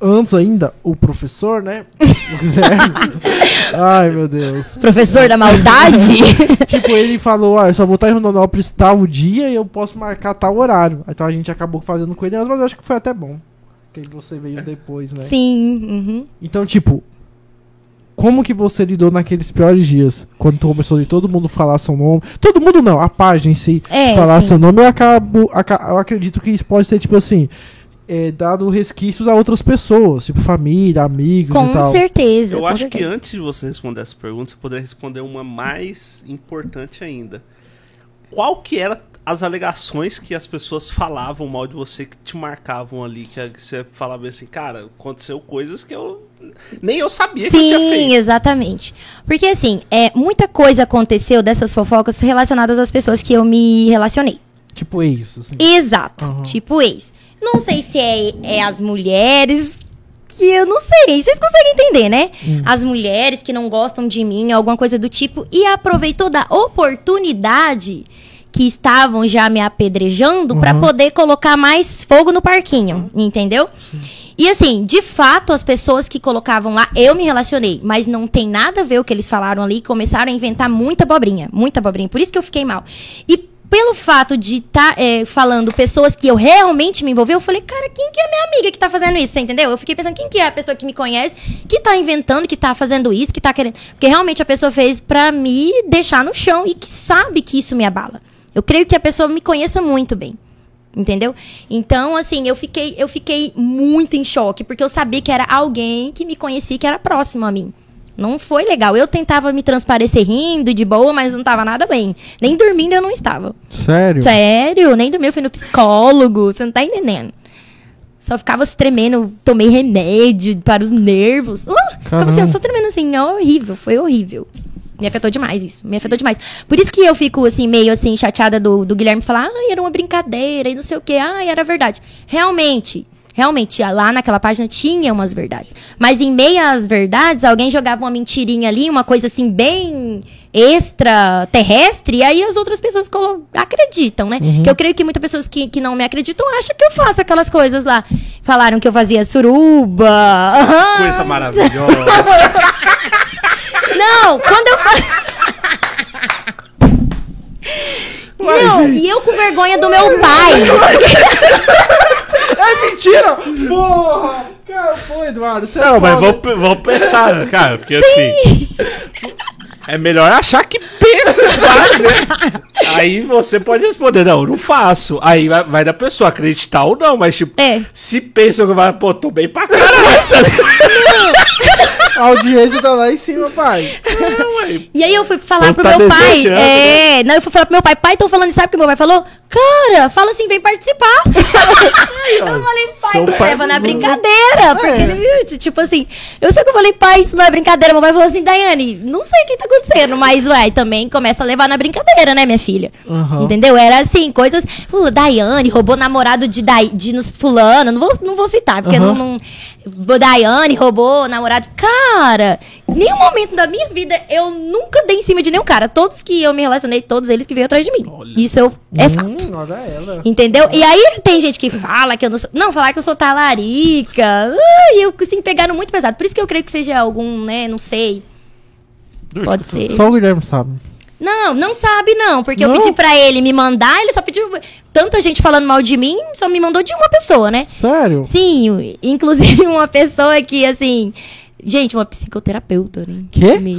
antes ainda, o professor, né? O Guilherme. Ai, meu Deus.
Uhum. Professor da maldade?
Tipo, ele falou, ah, eu só vou estar em Rondonópolis tal dia e eu posso marcar tal horário. Então a gente acabou fazendo com ele, mas eu acho que foi até bom. Que você veio depois, né?
Sim. uhum.
Então, tipo, como que você lidou naqueles piores dias? Quando tu começou de todo mundo falar seu nome. Todo mundo não, a página em si
É,
falar
sim.
seu nome, eu acabo. aca- Eu acredito que isso pode ser, tipo assim. é, dado resquícios a outras pessoas, tipo família, amigos e
Com
tal.
certeza.
Eu
com
acho que
certeza.
antes de você responder essa pergunta, você poderia responder uma mais importante ainda. Qual que era as alegações que as pessoas falavam mal de você que te marcavam ali, que que você falava assim, cara, aconteceu coisas que eu nem eu sabia que eu tinha
Sim,
feito.
exatamente. Porque assim, é, muita coisa aconteceu dessas fofocas relacionadas às pessoas que eu me relacionei.
Tipo, é isso. assim.
Exato.
Aham.
Tipo ex. Não sei se é, é as mulheres. Que eu não sei. Vocês conseguem entender, né? As mulheres que não gostam de mim, alguma coisa do tipo. E aproveitou da oportunidade que estavam já me apedrejando pra
Uhum.
poder colocar mais fogo no parquinho. Entendeu? E assim, de fato, as pessoas que colocavam lá, eu me relacionei, mas não tem nada a ver o que eles falaram ali. Começaram a inventar muita abobrinha, muita abobrinha. Por isso que eu fiquei mal. E pelo fato de estar falando pessoas que eu realmente me envolvi, eu falei, cara, quem que é minha amiga que tá fazendo isso? Você entendeu? Eu fiquei pensando, quem que é a pessoa que me conhece, que tá inventando, que tá fazendo isso, que tá querendo. Porque realmente a pessoa fez pra me deixar no chão e que sabe que isso me abala. Eu creio que a pessoa me conheça muito bem. Entendeu? Então, assim, eu fiquei, eu fiquei muito em choque, porque eu sabia que era alguém que me conhecia, que era próximo a mim. Não foi legal. Eu tentava me transparecer rindo, de boa, mas não tava nada bem. Nem dormindo eu não estava.
Sério?
Sério, nem dormi, eu fui no psicólogo, você não tá entendendo. Só ficava se tremendo, tomei remédio para os nervos. Uh, ficava assim,
Caramba.
eu só tremendo assim, é horrível, foi horrível. Me afetou demais isso, me afetou demais. Por isso que eu fico assim, meio assim, chateada do, do Guilherme falar, ai, era uma brincadeira e não sei o que, ai, era verdade. Realmente, realmente, lá naquela página tinha umas verdades. Mas em meio às verdades, alguém jogava uma mentirinha ali, uma coisa assim, bem extraterrestre, e aí as outras pessoas colo- acreditam, né? Que eu creio que muitas pessoas que, que não me acreditam acham que eu faço aquelas coisas lá. Falaram que eu fazia suruba. aham.
Coisa maravilhosa.
Não, quando eu falo. Não, e eu com vergonha do meu pai.
É mentira! Porra! Cara, pô, Eduardo, você
Não,
é
mas
foda.
vamos, vamos pensar, cara, porque assim. É melhor achar que pensa e faz, né? Aí você pode responder, não, eu não faço. Aí vai, vai da pessoa acreditar ou não, mas tipo,
É.
se pensa que vai, pô, tô bem pra caralho. tá ligado?
A audiência tá lá em cima, pai.
E aí eu fui falar
Pô,
pro
tá
meu pai.
desejando,
é, não, eu fui falar pro meu pai, pai, estão falando, sabe o que meu pai falou? Cara, fala assim, vem participar. eu falei, pai,
Sou
não
pai
leva na
do-
brincadeira. Porque
É.
ele viu, tipo assim, eu sei que eu falei, pai, isso não é brincadeira. Meu pai falou assim, Daiane, não sei o que tá acontecendo, mas ué, também começa a levar na brincadeira, né, minha filha?
Aham.
Entendeu? Era assim, coisas. Pula, Daiane roubou namorado de, Dai, de nos- fulano. Não vou, não vou citar, porque
Aham.
não, não- Bo- Daiane roubou namorado. Cara, nenhum momento da minha vida eu nunca dei em cima de nenhum cara. Todos que eu me relacionei, todos eles que veio atrás de mim.
Olha.
Isso eu, é fato.
Hum, olha ela.
Entendeu? E aí tem gente que fala que eu não sou. Não, falar que eu sou talarica. Ah, E eu assim, pegaram muito pesado. Por isso que eu creio que seja algum, né? Não sei. Pode ser.
Só o Guilherme sabe.
Não, não sabe não, porque
Não?
eu pedi pra ele me mandar, ele só pediu tanta gente falando mal de mim, só me mandou de uma pessoa, né?
Sério?
Sim, inclusive uma pessoa que assim, gente, uma psicoterapeuta, né?
Quê?
Meu.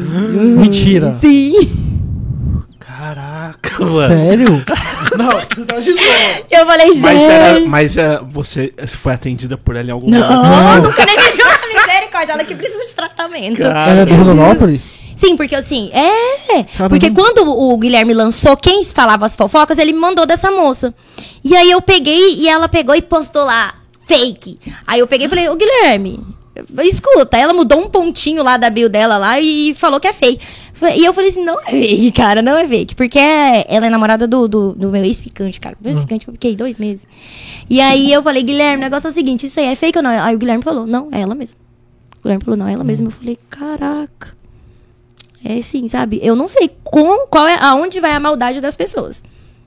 Mentira.
Sim.
Caraca, mano.
Sério?
Não, você tá de boa.
Eu falei, gente.
Mas, era, mas era, você foi atendida por ela em algum
Não, nunca nem me viu. Misericórdia, ela que precisa de tratamento.
Era
Cara,
de Rondonópolis?
Sim, porque assim, é.
Caramba.
Porque quando o o Guilherme lançou quem falava as fofocas, ele me mandou dessa moça. E aí eu peguei e ela pegou e postou lá, fake. Aí eu peguei e falei, ô Guilherme, escuta, ela mudou um pontinho lá da bio dela lá e falou que é fake. E eu falei assim, não é fake, cara, não é fake. Porque ela é namorada do, do, do meu ex-ficante, cara. Meu ex-ficante que eu fiquei dois meses. E aí eu falei, Guilherme, o negócio é o seguinte, isso aí é fake ou não? Aí o Guilherme falou, não, é ela mesmo. O Guilherme falou,
Hum.
não, é ela mesmo. Eu falei, caraca. É sim, sabe? Eu não sei com, qual é, aonde vai a maldade das pessoas.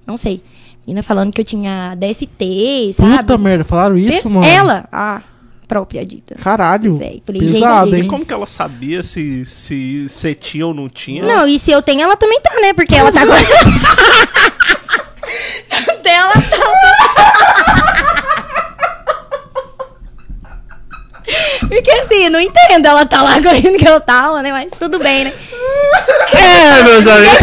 Não sei. Menina falando que eu tinha DST, sabe?
Puta merda, falaram isso,
Pes-
mano?
Ela, a própria dita.
Caralho.
Pois é, eu falei,
Pesado,
gente,
e
hein?
como que ela sabia se se você tinha ou não tinha?
Não, e se eu tenho, ela também tá, né? Porque ela tá com... Dela tá... Porque assim, não entendo, ela tá lá correndo que eu tava, né? Mas tudo bem, né?
É, meus amigos.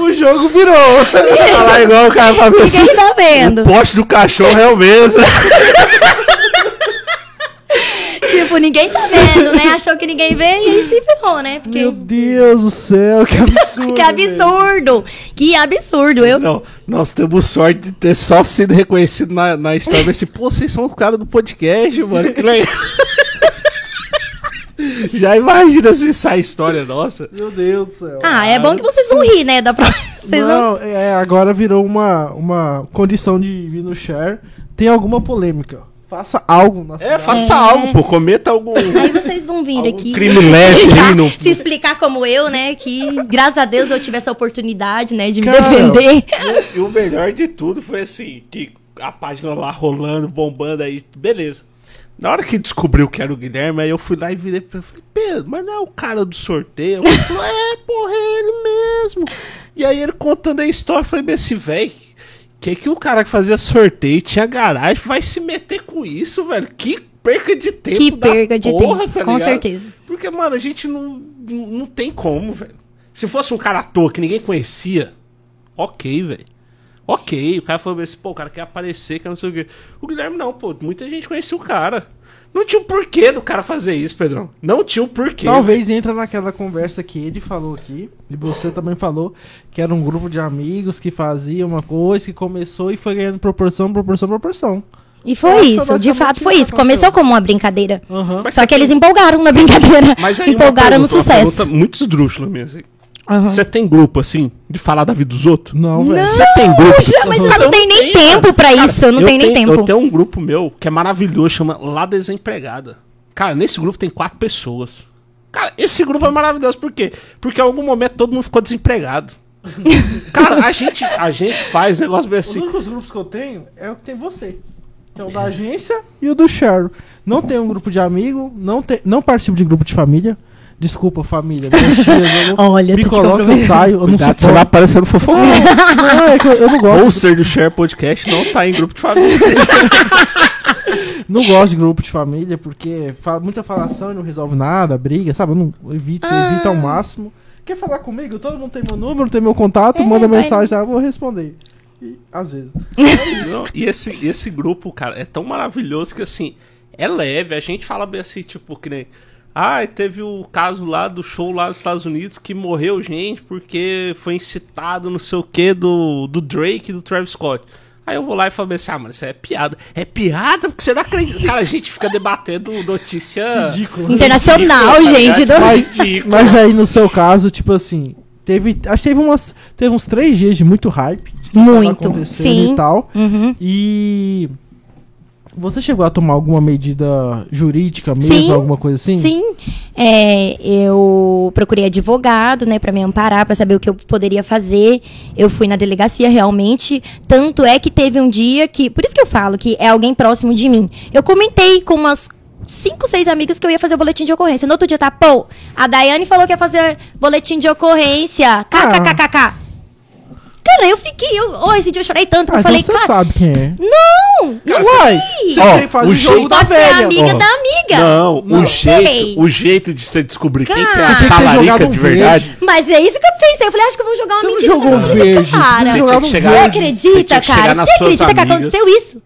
O jogo virou.
Falar igual o cara pra mim assim.
Ninguém tá vendo.
O poste do cachorro é o mesmo.
Tipo, ninguém tá vendo, né? Achou que ninguém vê e aí se ferrou, né? Porque.
Meu Deus do céu, que absurdo.
Que absurdo! Que absurdo! Eu.
Não, nós temos sorte de ter só sido reconhecido na, na história. Esse, pô, vocês são os caras do podcast, mano. Que legal. Já imagina se sai a história nossa.
Meu Deus do céu.
Ah, é bom que vocês vão rir, né? Dá pra. Vocês
Não,
vão.
é, agora virou uma, uma condição de vir no share. Tem alguma polêmica? Faça algo na
É,
cidade.
faça
É.
algo, pô. Cometa algum.
Aí vocês vão vir
Algum
aqui.
Ah, crime
se
leve
explicar-
aí no-
Se explicar como eu, né? Que graças a Deus eu tive essa oportunidade, né? De me
Cara,
defender.
E o melhor de tudo foi assim, que a página lá rolando, bombando aí, beleza. Na hora que descobriu que era o Guilherme, aí eu fui lá e virei pra ele, falei, Pedro, mas não é o cara do sorteio? Ele falou, é, porra, é ele mesmo. E aí ele contando a história, eu falei, mas esse velho, que que o cara que fazia sorteio, tinha garagem, vai se meter com isso, velho? Que perca de tempo
Que
da
perca de
porra,
tempo,
tá
com
ligado?
certeza.
Porque, mano, a gente não, não, não tem como, velho. Se fosse um cara à toa que ninguém conhecia, ok, velho. Ok, o cara falou assim, pô, o cara quer aparecer, que não sei o quê. O Guilherme não, pô, muita gente conhecia o cara. Não tinha o porquê do cara fazer isso, Pedrão. Não tinha o porquê.
Talvez entra naquela conversa que ele falou aqui, e você também falou, que era um grupo de amigos que fazia uma coisa, que começou e foi ganhando proporção, proporção, proporção.
E
Eu acho
foi
que
isso, de
basicamente
fato foi
isso
isso. Começou
aconteceu.
como uma brincadeira.
Aham.
Mas
Só
você
que eles empolgaram na brincadeira.
Mas aí uma
empolgaram no
pergunta, uma
sucesso.
pergunta Muito esdrúxula mesmo. assim.
Aham.
Você tem grupo, assim, de falar da vida dos outros?
Não, velho.
Você tem grupo?
Já, mas eu
Uhum.
não tenho nem tempo pra isso. Eu não
eu
tenho nem tempo.
Eu tenho um grupo meu que é maravilhoso, chama Lá Desempregada. Cara, nesse grupo tem quatro pessoas. Cara, esse grupo é maravilhoso, por quê? Porque em algum momento todo mundo ficou desempregado. Cara, a gente, a gente faz negócio bem
Os
assim.
únicos grupos que eu tenho é o que tem você. Que é o da agência e o do Cheryl. Não tenho um grupo de amigo, não, te, não participo de grupo de família. Desculpa, família. meus tios, eu não-
Olha,
me
tô te
coloca, eu
comprometendo.
saio, eu não
Cuidado,
suporto.
aparecendo fofocão.
Não, é que eu, eu não
O
gosto.
poster do Share Podcast não tá em grupo de família.
Não gosto de grupo de família, porque fa- muita falação e não resolve nada, briga, sabe? Eu não eu evito,
Ah.
evito ao máximo. Quer falar comigo? Todo mundo tem meu número, tem meu contato,
É,
manda
vai-
mensagem, lá, eu vou responder. E, às vezes.
Não, e esse, esse grupo, cara, é tão maravilhoso que assim, é leve. A gente fala bem assim, tipo, que nem. Ah, e teve o caso lá do show lá nos Estados Unidos que morreu gente porque foi incitado não sei o que do, do Drake e do Travis Scott. Aí eu vou lá e falo assim, ah, mano, isso é piada. É piada? Porque você não acredita. Cara, a gente fica debatendo notícia...
Ridículo.
Internacional,
Ridículo, tá
gente.
ligado?
não-
Mas- Ridículo.
Mas aí, no seu caso, tipo assim, teve. Acho que teve, umas, teve uns três dias de muito hype. De tudo que tava
Muito,
acontecendo
sim.
E tal.
Uhum.
E. Você chegou a tomar alguma medida jurídica mesmo?
Sim.
Alguma coisa assim?
Sim, É, eu procurei advogado, né, para me amparar, para saber o que eu poderia fazer. Eu fui na delegacia realmente, tanto é que teve um dia que, por isso que eu falo que é alguém próximo de mim. Eu comentei com umas cinco, seis amigas que eu ia fazer o boletim de ocorrência. No outro dia tá, pô, a Daiane falou que ia fazer boletim de ocorrência. KKKKK.
Ah.
Cara, eu fiquei, eu, oh, esse dia eu chorei tanto,
Ah,
que eu
então
falei,
você
cara,
sabe quem é.
não,
Cara, Uai,
sei.
você
Ó,
quem faz
o
o jogo
jeito-
da
pode ser
velha.
amiga
Ó,
da amiga.
Não, o jeito,
sei.
o jeito de você descobrir quem que é
Cara.
a
Tinha que ter jogado
talarica
um
de verdade.
Mas é isso que eu pensei. Eu falei, acho que eu vou jogar uma
Você não
mentira.
jogou
só pra fazer
verde,
com a cara.
você
Você,
jogou
tinha que chegar- você
acredita,
tinha que chegar
cara? Você
nas suas
acredita que
amigas.
aconteceu isso?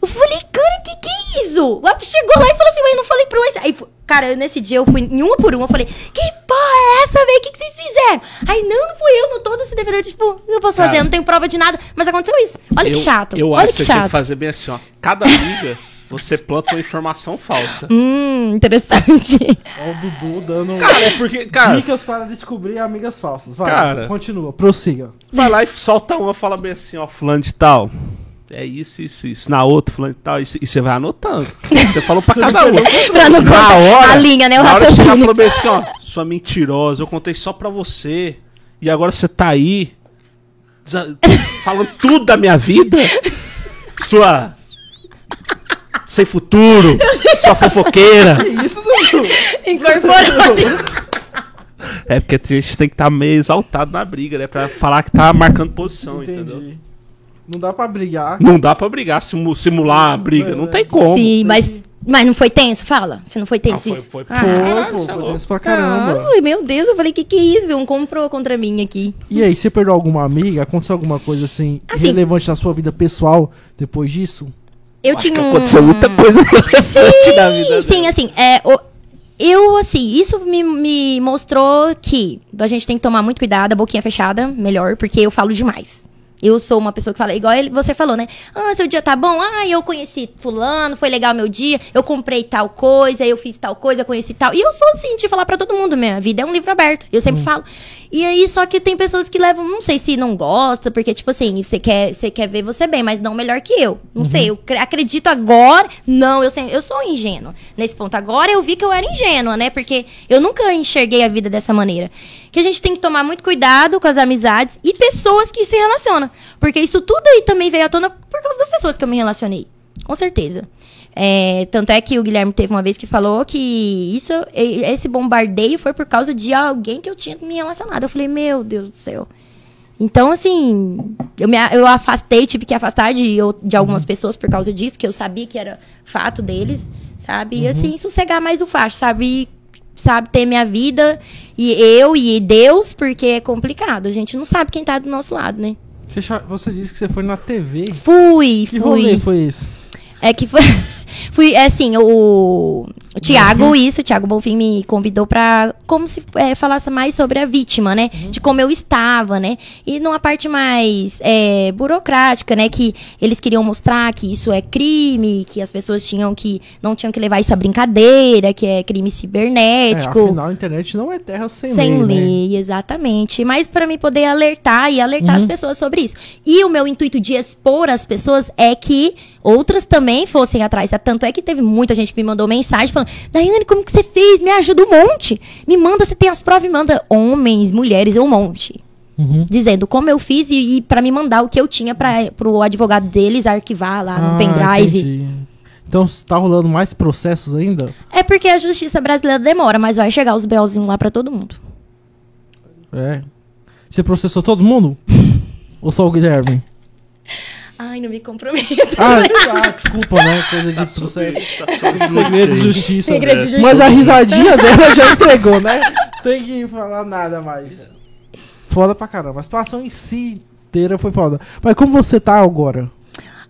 Eu falei, cara, que que é isso? O Up chegou lá e falou assim, ué, eu não falei pro esse. Aí, fu- cara, eu- nesse dia eu fui em uma por uma, eu falei, que porra é essa, velho? O que, que vocês fizeram? Aí, não, não fui eu, não todo esse dever. Tipo, o que eu posso fazer,
Cara.
eu não tenho prova de nada. Mas aconteceu isso. Olha que
Eu-
chato.
Eu
Olha
acho que
que
você tinha
chato.
que fazer bem assim, ó. Cada amiga, você planta uma informação falsa.
Hum, interessante.
Ó, o Dudu dando.
Cara, é porque, cara,
Dicas para descobrir amigas falsas. Vai,
Cara.
continua, prossiga.
vai lá e solta uma, fala bem assim, ó, fulano de tal. É isso, isso, isso. Na outra, fulano de tal, isso. E você vai anotando. Você falou pra cada um. uma.
pra Ah, não
Na
contar
hora,
a linha, né? O
na hora que você já
raciocínio.
falou bem assim, ó, sua mentirosa, eu contei só pra você. E agora você tá aí, desa- falando tudo da minha vida. Sua... Sem futuro, sua fofoqueira.
Isso, Dudu.
Incorporou.
É porque a gente tem que estar meio exaltado na briga, né? Pra falar que tá marcando posição, entendeu?
Entendi. Não dá pra brigar.
Não dá pra brigar, simu- simular a briga, não tem como.
Sim, mas, mas não foi tenso? Fala. Se não foi
Não,
tenso
foi,
isso.
foi,
Pô,
Caralho,
pô,
você é
foi
louco.
tenso pra caramba.
Ai, meu Deus, eu falei, que que é isso? Um comprou contra mim aqui.
E aí, você perdeu alguma amiga? Aconteceu alguma coisa assim,
Assim.
relevante na sua vida pessoal depois disso?
Eu tinha um...
Aconteceu muita coisa relevante na vida
Sim, sim, assim, é, o- eu, assim, isso me, me mostrou que a gente tem que tomar muito cuidado, a boquinha fechada, melhor, porque eu falo demais. Eu sou uma pessoa que fala, igual ele- você falou, né? Ah, seu dia tá bom? Ah, eu conheci fulano, foi legal meu dia, eu comprei tal coisa, eu fiz tal coisa, conheci tal. E eu sou assim, de falar pra todo mundo, minha vida é um livro aberto, eu sempre falo. E aí, só que tem pessoas que levam, não sei se não gosta, porque, tipo assim, você quer, você quer ver você bem, mas não melhor que eu. Não sei, eu cre- acredito agora, não, eu, sempre, eu sou ingênua. Nesse ponto, agora eu vi que eu era ingênua, né? Porque eu nunca enxerguei a vida dessa maneira. Que a gente tem que tomar muito cuidado com as amizades e pessoas que se relacionam. Porque isso tudo aí também veio à tona por causa das pessoas que eu me relacionei. Com certeza. É, tanto é que o Guilherme teve uma vez que falou que isso, e- esse bombardeio foi por causa de alguém que eu tinha me relacionado. Eu falei, meu Deus do céu. Então, assim, eu, me, a- eu afastei, tive que afastar de, eu- de
Uhum.
algumas pessoas por causa disso, que eu sabia que era fato deles, sabe?
Uhum.
E, assim, sossegar mais o facho, sabe? E, Sabe, ter minha vida e eu e Deus, porque é complicado. A gente não sabe quem tá do nosso lado, né?
Você, cha- você disse que você foi na TV.
Fui,
Que
fui.
rolê foi esse?
É que foi. Fui, é assim, o, o Tiago, isso, o Tiago Bonfim me convidou pra. Como se é, falasse mais sobre a vítima, né? De como eu estava, né? E numa parte mais é, burocrática, né? Que eles queriam mostrar que isso é crime, que as pessoas tinham que. não tinham que levar isso à brincadeira, que é crime
É,
cibernético.
afinal, a internet não é terra sem,
Sem
lei, né?
lei, exatamente. Mas pra mim poder alertar e alertar
Uhum.
as pessoas sobre isso. E o meu intuito de expor as pessoas é que outras também fossem atrás. Tanto é que teve muita gente que me mandou mensagem falando: Daiane, como que você fez? Me ajuda um monte. Me manda, você tem as provas e manda. Homens, mulheres, um monte.
Uhum.
Dizendo como eu fiz e, e para me mandar o que eu tinha para pro advogado deles arquivar lá no
Ah,
pendrive.
entendi. Então tá rolando mais processos ainda?
É porque a justiça brasileira demora, mas vai chegar os belzinhos lá pra todo mundo.
É. Você processou todo mundo? Ou só o Guilherme?
Ai, não me comprometo.
Ah, ah, desculpa, né? Coisa
Tá Tipo,
de processo. Segredo de justiça. né?
Segredo de
Mas a risadinha dela já entregou, né? Tem que falar nada mais. Foda pra caramba. A situação em si inteira foi foda. Mas como você tá agora?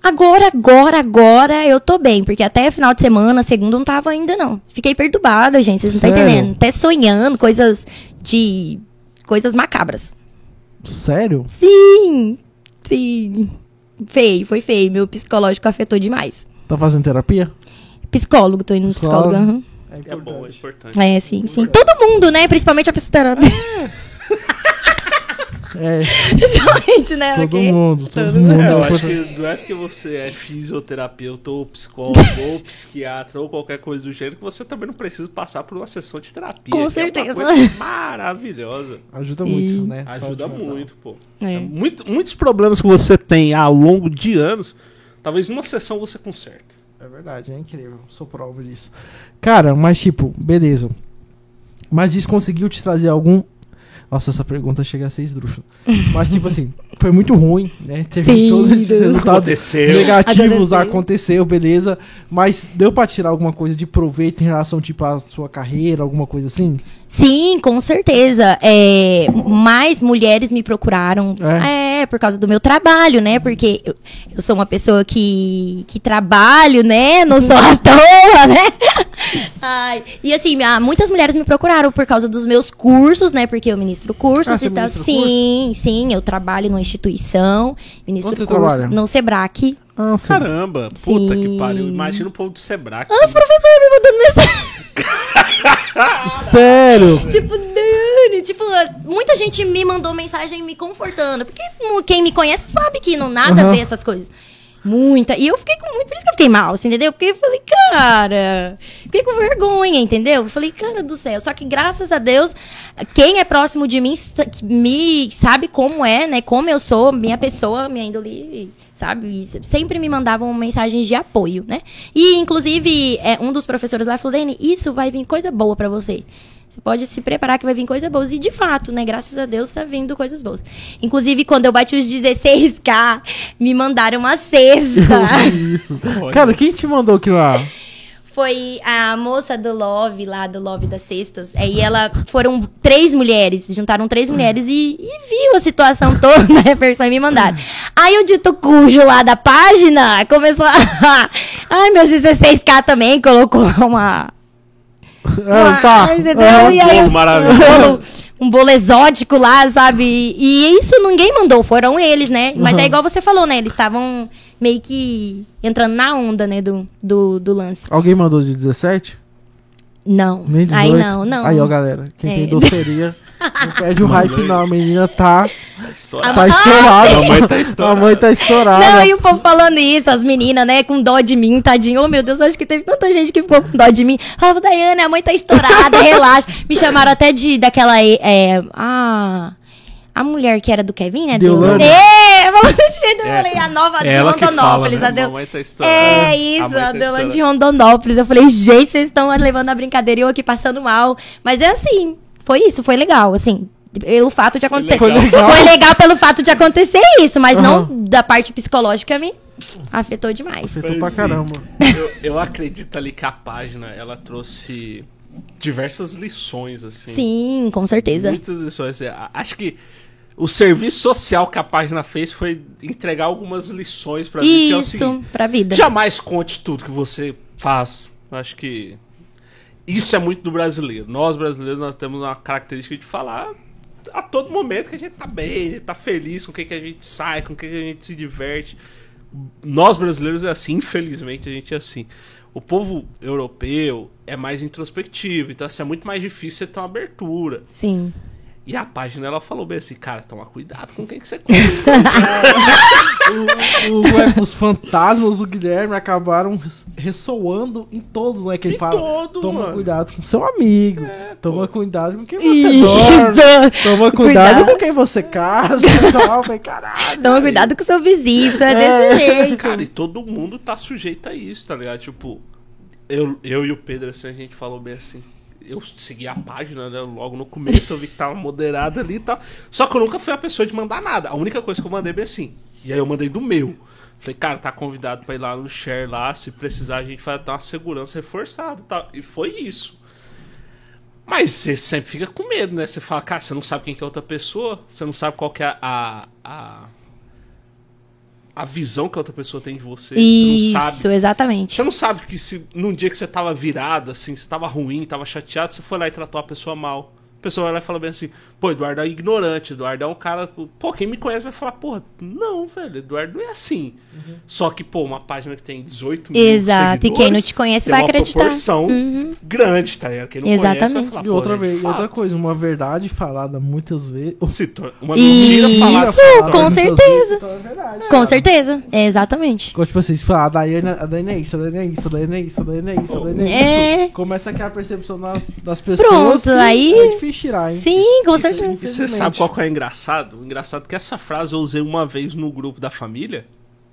Agora, agora, agora eu tô bem, porque até final de semana, segunda, eu não tava ainda, não. Fiquei perturbada, gente, vocês não estão
Sério?
entendendo. Até sonhando coisas de. coisas macabras.
Sério?
Sim, sim. Feio, foi feio. Meu psicológico afetou demais.
Tá fazendo terapia?
Psicólogo, tô indo no psicólogo.
Psicólogo.
aham.
É bom, é importante.
É, sim, sim. Todo mundo, né? Principalmente a psicoterapeuta.
É,
Principalmente, né?
todo
ok?
mundo, todo,
Todo
mundo.
É,
é
eu acho
importante.
que não é porque você é fisioterapeuta ou psicólogo ou psiquiatra ou qualquer coisa do gênero que você também não precisa passar por uma sessão de terapia.
Com
que
certeza.
É uma coisa maravilhosa.
Ajuda muito,
E-
né?
Ajuda
Saúde mental.
muito, pô.
É.
Muito- muitos problemas que você tem ao longo de anos, talvez numa sessão você conserta.
É verdade, é incrível. Sou prova disso. Cara, mas tipo, beleza. Mas isso conseguiu te trazer algum. Nossa, essa pergunta chega a ser esdrúxula. Mas, tipo assim, foi muito ruim, né? Teve
Sim,
todos esses
Deus.
resultados
Aconteceu.
negativos,
Aconteceu.
aconteceu, beleza. Mas deu pra tirar alguma coisa de proveito em relação, tipo, à sua carreira, alguma coisa assim?
Sim, com certeza. É, mais mulheres me procuraram é. por causa do meu trabalho, né? Porque eu, eu sou uma pessoa que, que trabalho, né? Não sou à toa, né? Ai, e assim, ah, muitas mulheres me procuraram por causa dos meus cursos, né? Porque eu ministro cursos
Ah,
e
você
tal.
ministra
Sim, sim, eu trabalho numa instituição, ministro
Onde você
cursos
trabalha?
no Sebrac.
Ah, sim.
Caramba, puta
Sim.
que pariu. Imagina o povo do Sebrae.
Ah, os professores me mandando mensagem.
Sério?
Tipo, Dani, tipo, muita gente me mandou mensagem me confortando. Porque mu- quem me conhece sabe que não nada
Aham.
a ver essas coisas. Muita. E eu fiquei com muito. Por isso que eu fiquei mal, assim, entendeu? Porque eu falei, cara. Fiquei com vergonha, entendeu? Eu falei, cara do céu. Só que graças a Deus, quem é próximo de mim sa- que me sabe como é, né? Como eu sou, minha pessoa, minha índole, sabe? E se- Sempre me mandavam mensagens de apoio, né? E, inclusive, é, um dos professores lá falou, Dani, isso vai vir coisa boa pra você. Você pode se preparar que vai vir coisa boa. E de fato, né? Graças a Deus tá vindo coisas boas. Inclusive, quando eu bati os 16k, me mandaram uma cesta.
Isso. Cara, quem te mandou aqui lá?
Foi a moça do Love, lá do Love das Cestas. Aí ela. Foram três mulheres, juntaram três mulheres e, e viu a situação toda, né? Pessoal, e me mandaram. Aí o dito cujo lá da página começou a. Ai, meus 16k também colocou uma.
Ah, tá.
Entendeu?
Ah,
E aí,
bolo
um
maravilhoso.
bolo- Um bolo exótico lá, sabe? E isso ninguém mandou, foram eles, né? Mas é igual você falou, né? Eles estavam meio que entrando na onda, né? Do, do, do lance.
Alguém mandou de 17?
Não.
Nem 18.
Aí não, não.
Aí, ó, galera. Quem
É.
tem doceria, não perde o hype, não. A menina tá,
História.
tá estourada.
A mãe tá
A
estourada.
mãe tá estourada.
Não, e o povo falando isso, as meninas, né, com dó de mim, tadinho. Oh, meu Deus, acho que teve tanta gente que ficou com dó de mim. Ah, Daiane, a mãe tá estourada, relaxa. Me chamaram até de daquela. É, a, a mulher que era do Kevin, né?
Deolane.
Do... É, eu falei, eu
É,
falei, a nova de
ela que
Rondonópolis,
fala, né?
a Deu-
Mamãe tá estourada.
É
A
isso,
mãe
a
tá estourada.
Deolane de Rondonópolis. Eu falei, gente, vocês estão levando a brincadeira e eu aqui passando mal. Mas é assim, foi isso, foi legal, assim. Pelo fato de acontecer.
Foi legal.
Foi legal pelo fato de acontecer isso, mas
Aham.
não da parte psicológica me afetou demais.
Acertou pra
Pois é.
caramba.
eu, eu acredito ali que a página ela trouxe diversas lições assim.
Sim, com certeza.
Muitas lições. É, a- Acho que o serviço social que a página fez foi entregar algumas lições pra gente. que é o seguinte,
Isso, pra vida.
jamais conte tudo que você faz. Acho que isso é muito do brasileiro. Nós brasileiros nós temos uma característica de falar a todo momento que a gente tá bem, a gente tá feliz com o que, que a gente sai, com o que, que a gente se diverte. Nós brasileiros é assim, infelizmente a gente é assim. O povo europeu é mais introspectivo, então assim, é muito mais difícil você ter uma abertura.
Sim.
E a página ela falou bem assim, cara, toma cuidado com quem que você conhece.
O- o- ué, os fantasmas do Guilherme acabaram res- ressoando em todos, né? Que ele
Em
fala.
todo,
toma
mano."
cuidado com seu amigo.
É,
toma cuidado com quem você dorme.
Isso!
Toma cuidado,
Cuidado.
com quem você casa. e tal. Eu falei, Caralho.
Toma cuidado com seu vizinho, você é desse jeito.
Cara, e todo mundo tá sujeito a isso, tá ligado? Tipo, eu, eu e o Pedro, assim, a gente falou bem assim. Eu segui a página, né? Logo no começo eu vi que tava moderada ali e tal. Só que eu nunca fui a pessoa de mandar nada. A única coisa que eu mandei bem assim. E aí eu mandei do meu. Falei, cara, tá convidado pra ir lá no share lá. Se precisar, a gente vai dar uma segurança reforçada e tal. E foi isso. Mas você sempre fica com medo, né? Você fala, cara, você não sabe quem que é outra pessoa. Você não sabe qual que é a- a, a a visão que a outra pessoa tem de você. Você não sabe.
Isso, exatamente.
Você não sabe que se num dia que você tava virado, assim, você tava ruim, tava chateado, você foi lá e tratou a pessoa mal. A pessoa vai lá e fala bem assim, pô, Eduardo é ignorante, Eduardo é um cara. Pô, quem me conhece vai falar, porra, não, velho, Eduardo não é assim. Só que, pô, uma página que tem 18 mil
Uhum. Exato, e quem não te
seguidores,
conhece
tem
vai
uma
acreditar. Uhum.
proporção grande, tá ligado? Quem não conhece vai
Exatamente.
falar,
E outra,
pô, né, de
vez, outra
fato.
coisa, uma verdade falada muitas vezes.
Se torna- uma mentira falada
Isso,
se torna-
com
Muitas vezes
Então
certeza.
se
é
torna verdade.
Com certeza, é, exatamente.
Igual, tipo assim, se falar, a Daiane, a Daiane é isso, a Daiane é isso, a Daiane é isso, a Daiane é isso, a Daiane é
É.
isso. Começa aquela percepção na- das pessoas.
Pronto,
que
aí-
É difícil tirar, hein?
Sim, com
Isso-
certeza.
E você sabe qual que é engraçado? O engraçado é que essa frase eu usei uma vez no grupo da família,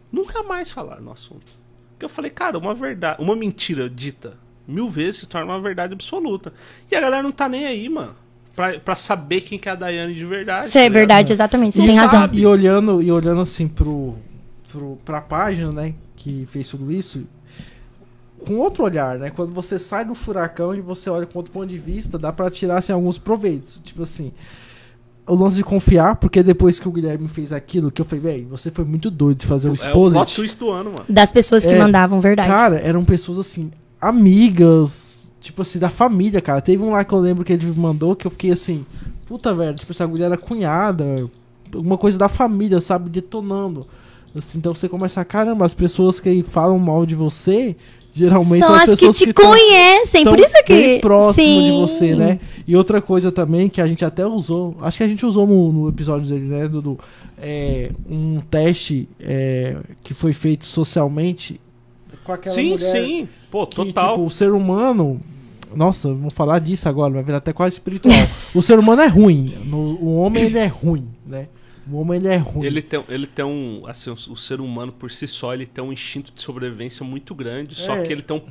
nunca mais falaram no assunto. Porque eu falei, cara, uma verdade, uma mentira dita mil vezes se torna uma verdade absoluta. E a galera não tá nem aí, mano, pra, pra saber quem que é a Daiane de verdade.
Isso é
tá ligado?
né?
verdade, exatamente. Você
Não
tem razão.
sabe.
E olhando, e olhando assim pro, pro, pra página, né, que fez tudo isso, com outro olhar, né? Quando você sai do furacão e você olha com outro ponto de vista, dá pra tirar assim, alguns proveitos. Tipo assim, o lance de confiar, porque depois que o Guilherme fez aquilo, que eu falei, velho, você foi muito doido de fazer o
É o plot
exposit.
twist do ano, mano.
Das pessoas que
É.
mandavam verdade.
Cara, eram pessoas assim, amigas, tipo assim, da família, cara. Teve um lá que eu lembro que ele me mandou que eu fiquei assim, puta velho, tipo, essa mulher era cunhada, alguma coisa da família, sabe, detonando. Assim, então você começa a, caramba, as pessoas que falam mal de você, geralmente
São as que
pessoas
te
tão-
conhecem, por
tão
isso que.
bem próximo
Sim.
de você, né? E outra coisa também que a gente até usou, acho que a gente usou no, no episódio dele, né, Dudu? É, um teste é, que foi feito socialmente com aquela
Sim,
mulher
sim. Pô,
que,
total.
tipo, o ser humano. Nossa, vamos falar disso agora, vai virar até quase espiritual. o ser humano é ruim. no- o homem ele é ruim, né? O homem ele é ruim.
Ele tem, ele tem um. Assim, o ser humano por si só, ele tem um instinto de sobrevivência muito grande. Só
É.
que ele tem um.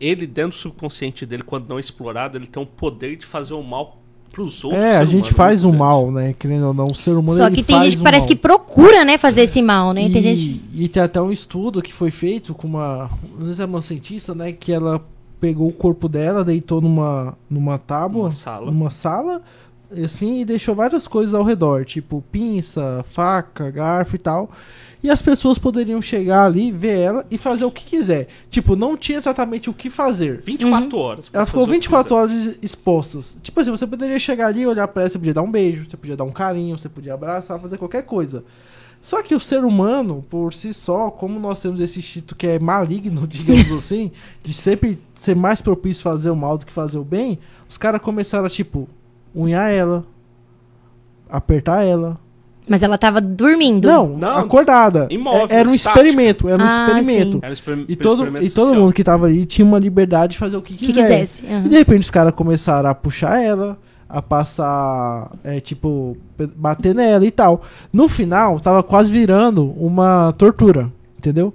Ele, dentro do subconsciente dele, quando não é explorado, ele tem um poder de fazer o mal pros outros.
é, a
seres
gente
humanos,
faz o
né?
mal, né? Querendo ou não, o ser humano
Só
ele
que tem
faz
gente que
o
parece
mal.
que procura, né, fazer esse mal, né? Tem
e,
gente.
e tem até um estudo que foi feito com uma. Não sei se é uma cientista, né? Que ela pegou o corpo dela, deitou numa, numa tábua,
Numa sala.
numa sala, assim, e deixou várias coisas ao redor, tipo pinça, faca, garfo e tal. E as pessoas poderiam chegar ali, ver ela e fazer o que quiser. Tipo, não tinha exatamente o que fazer.
24 horas. pra
Ela ficou
fazer o que
24 horas expostas. Tipo assim, você poderia chegar ali, olhar pra ela, você podia dar um beijo, você podia dar um carinho, você podia abraçar, fazer qualquer coisa. Só que o ser humano, por si só, como nós temos esse instinto que é maligno, digamos assim, de sempre ser mais propício a fazer o mal do que fazer o bem, os caras começaram a, tipo, unhar ela, apertar ela.
Mas ela tava dormindo.
Não,
Não,
acordada.
imóvel,
É- era um
estático.
experimento, era um
Ah,
experimento.
sim.
Era um experim-
E todo,
experimento
e todo
social.
mundo que tava ali tinha uma liberdade de fazer o que
Que
quisesse.
quisesse. aham.
E de repente os caras começaram a puxar ela, a passar, é, tipo, pe- bater nela e tal. No final, tava quase virando uma tortura, entendeu?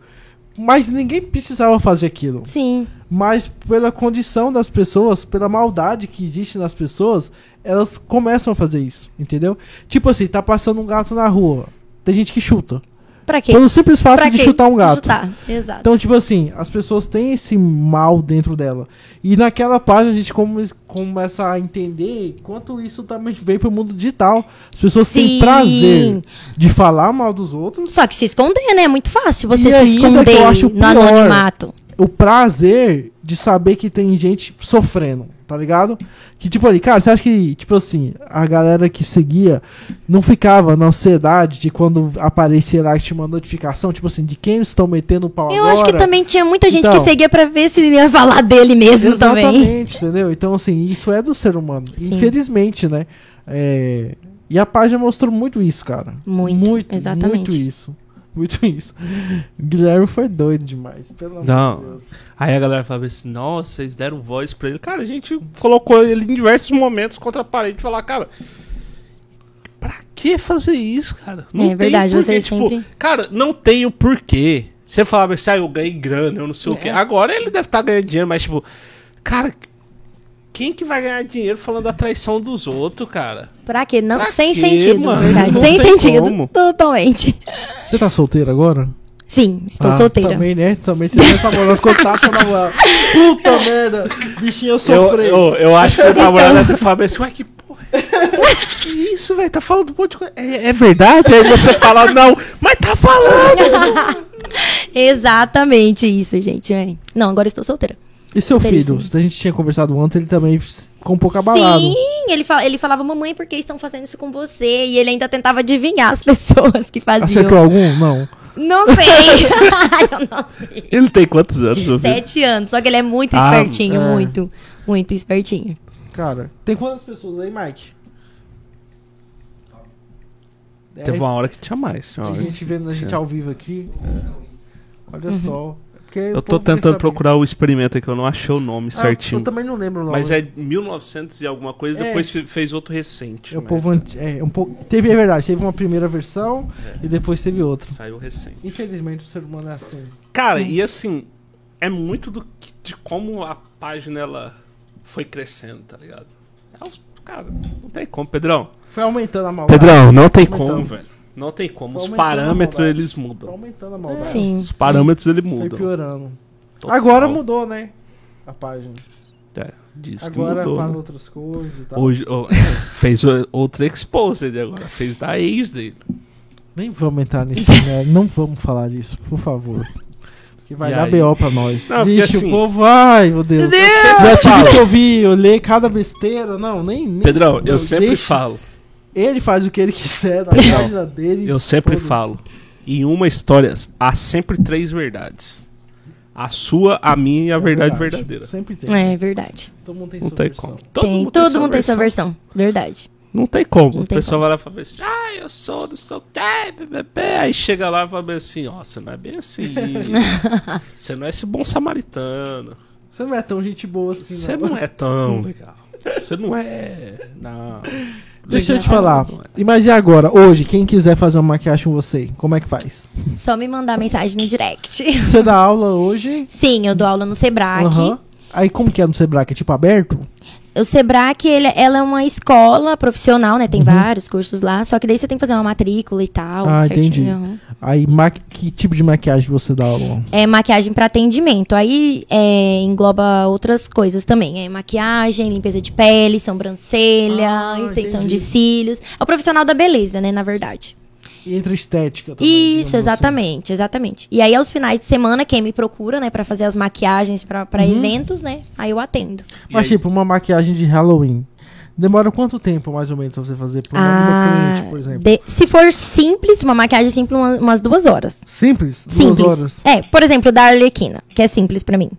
Mas ninguém precisava fazer aquilo.
Sim.
Mas pela condição das pessoas, pela maldade que existe nas pessoas, elas começam a fazer isso, entendeu? Tipo assim, tá passando um gato na rua. Tem gente que chuta.
Pra quê?
Pelo simples fato
pra
de
quê?
chutar um
De
gato.
Chutar. Exato.
Então, tipo assim, as pessoas têm esse mal dentro dela. E naquela página a gente come- começa a entender quanto isso também vem pro mundo digital. As pessoas têm
Sim.
prazer de falar mal dos outros.
Só que se esconder, né? É muito fácil você
E
se
ainda que eu
esconder
acho
no
pior.
anonimato.
O prazer de saber que tem gente sofrendo, tá ligado? Que tipo ali, cara, você acha que, tipo assim, a galera que seguia não ficava na ansiedade de quando aparecia lá que tinha uma notificação, tipo assim, de quem eles estão metendo o pau
Eu
agora?
acho que também tinha muita gente
Então.
que seguia pra ver se ia falar dele mesmo também.
Exatamente, entendeu? Então, assim, isso é do ser humano.
Sim.
Infelizmente, né? É, E a página mostrou muito isso, cara.
Muito,
Muito
exatamente.
isso. Muito isso. Guilherme foi doido demais, pelo amor
Não.
de Deus.
Aí a galera falava assim, nossa, vocês deram voz pra ele. Cara, a gente colocou ele em diversos momentos contra a parede e falar, cara, pra que fazer isso, cara?
É
tem
verdade,
porquê. Tipo,
vocês sempre-
Cara, não tem o porquê. Você falava assim, ah, eu ganhei grana, eu não sei o
É.
quê. Agora ele deve estar ganhando dinheiro, mas tipo, cara, quem que vai ganhar dinheiro falando da traição dos outros, cara?
Pra quê? Não,
Pra
sem
quê,
sentido,
mano?
verdade.
Não
sem
tem
sentido.
como.
Totalmente.
Você tá solteiro agora?
Sim, estou
Ah,
solteira.
Também, né? Também você vai namorar os contatos namorando. Puta merda! Bichinha sofreu.
eu acho que o namorado até falava assim, ué, que porra. é Que isso, velho? Tá falando um monte de coisa. É, é verdade? Aí você fala, não, mas tá falando!
Exatamente isso, gente. é. Não, agora eu estou solteira.
E seu filho?
Interessante.
Se a gente tinha conversado antes, ele também ficou um pouco abalado.
Sim, ele, fa- ele falava, mamãe, por que estão fazendo isso com você? E ele ainda tentava adivinhar as pessoas que faziam.
Acertou algum? Não.
Não sei. eu não sei.
Ele tem quantos anos, ô Vitor?
Sete anos, só que ele é muito
Ah,
espertinho,
é.
muito, muito espertinho.
Cara, tem quantas pessoas aí, Mike? É,
Teve uma hora que tinha mais. Tinha uma
tem
hora.
gente vendo a gente ao vivo aqui. Olha só. Porque o
Eu tô
povo tem que
tentando
saber.
procurar o experimento aqui, eu não achei o nome
Ah,
certinho.
Eu também não lembro o nome.
Mas é 1900 e alguma coisa,
É.
depois fe- fez outro recente.
É o
mas
povo anti- é, um pouco. Teve, é verdade, teve uma primeira versão e depois teve outra.
Saiu recente.
Infelizmente o ser humano é assim.
Cara, e assim, é muito do que, de como a página ela foi crescendo, tá ligado? É os- Cara, não tem como, Pedrão.
Foi aumentando a maldade.
Pedrão, não tem
Então,
como.
velho. Não tem como.
Foi
Os
aumentando
parâmetros
a maldade.
eles
Foi
mudam.
aumentando a maldade.
Sim.
Os parâmetros eles
Foi
mudam.
piorando.
Total.
É Agora mudou, né? A página.
É, diz que
Agora
mudou.
fala
né?
outras coisas e tal.
Hoje, ó, fez o- outra exposed agora. Fez da ex dele.
Nem vamos entrar nisso, né? Não vamos falar disso, por favor. Que vai
E
dar
aí?
BO pra nós.
Não, porque
Vixe,
assim-
o povo. Ai, meu Deus. Já tive que ouvir, eu leio cada besteira. Não, nem. nem
Pedrão, eu
não,
sempre
deixa-
falo.
Ele faz o que ele quiser na
Pedrão,
página dele.
Eu sempre
foda-se.
falo. Em uma história há sempre três verdades. A sua, a minha e a
É
verdade verdadeira.
Sempre tem.
É verdade.
Todo mundo tem
Não
sua
tem
versão.
como.
tem, todo mundo tem sua versão. Verdade.
Não tem como.
Não
O
tem
pessoal vai lá e fala assim, ah, eu sou do seu tempo, bebê. Aí chega lá e fala bem assim, ó, você não é bem assim. você não é esse bom samaritano.
Você não é tão gente boa assim,
Você
não.
não é
Hum,
tão legal. Você não é. Não.
Deixa eu te
é Legal. é.
falar. Mas e agora? Hoje, quem quiser fazer uma maquiagem com você, como é que faz?
Só me mandar mensagem no direct.
Você dá aula hoje?
Sim, eu dou aula no Sebrae.
Aham. Aí como que é no Sebrae? Que é tipo aberto?
O Sebrae, ele, ela é uma escola profissional, né? Tem
Uhum.
vários cursos lá. Só que daí você tem que fazer uma matrícula e tal.
Ah,
certinho.
entendi. Aí, ma- que tipo de maquiagem que você dá aula?
É maquiagem para atendimento. Aí é, engloba outras coisas também. É maquiagem, limpeza de pele, sobrancelha,
Ah,
extensão
entendi.
de cílios. É o profissional da beleza, né? Na verdade.
E entre estética também. digamos
Isso,
assim.
exatamente, exatamente. E aí aos finais de semana quem me procura, né, para fazer as maquiagens pra
Uhum.
pra eventos, né? Aí eu atendo.
E
Mas
aí,
tipo, uma maquiagem de Halloween. Demora quanto tempo, mais ou menos, pra você fazer por uma cliente, por exemplo?
Ah, de- se for simples, uma maquiagem simples, uma- umas duas horas.
Simples?
simples.
Duas horas?
É, por exemplo, da Arlequina, que é simples pra mim.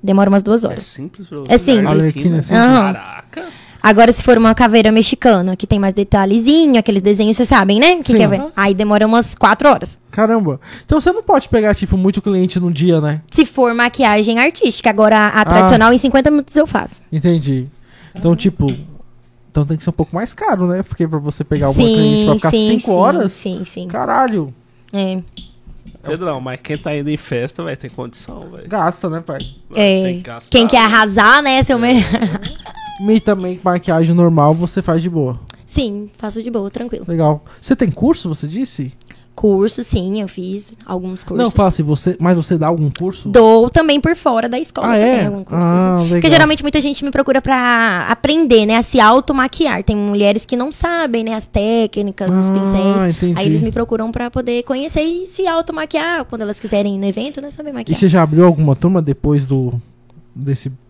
Demora umas duas
é
horas.
simples. pra
É
você,
simples.
Arlequina é
né?
simples.
Aham.
Caraca.
Agora, se for uma caveira mexicana, que tem mais detalhezinho, aqueles desenhos, vocês sabem, né? O Que
Sim.
que é? Aí demora umas quatro horas.
Caramba. Então você não pode pegar, tipo, muito cliente num dia, né?
Se for maquiagem artística, agora
Ah.
a tradicional, em 50 minutos eu faço.
Entendi. Então, tipo. Então tem que ser um pouco mais caro, né? Porque pra você pegar uma cliente pra
sim,
ficar
sim,
cinco
sim,
horas.
Sim, sim.
Caralho.
É.
Pedrão, mas quem tá indo em festa, vai ter condição, velho.
Gasta, né, pai?
É.
Tem que gastar,
Quem quer
né?
arrasar, né, seu melhor.
E também maquiagem normal você faz de boa.
Sim, faço de boa, tranquilo.
Legal. Você tem curso, você disse?
Curso, sim, eu fiz alguns cursos.
Não, fala assim, você, mas você dá algum curso?
Dou também por fora da escola.
Ah, é?
também, algum curso,
Ah,
assim.
legal.
Porque geralmente muita gente me procura pra aprender, né? A se automaquiar. Tem mulheres que não sabem, né? As técnicas, os
Ah,
pincéis.
entendi.
Aí eles me procuram pra poder conhecer e se automaquiar quando elas quiserem ir no evento, né? Saber
E
maquiar.
você já abriu alguma turma depois do desse momento?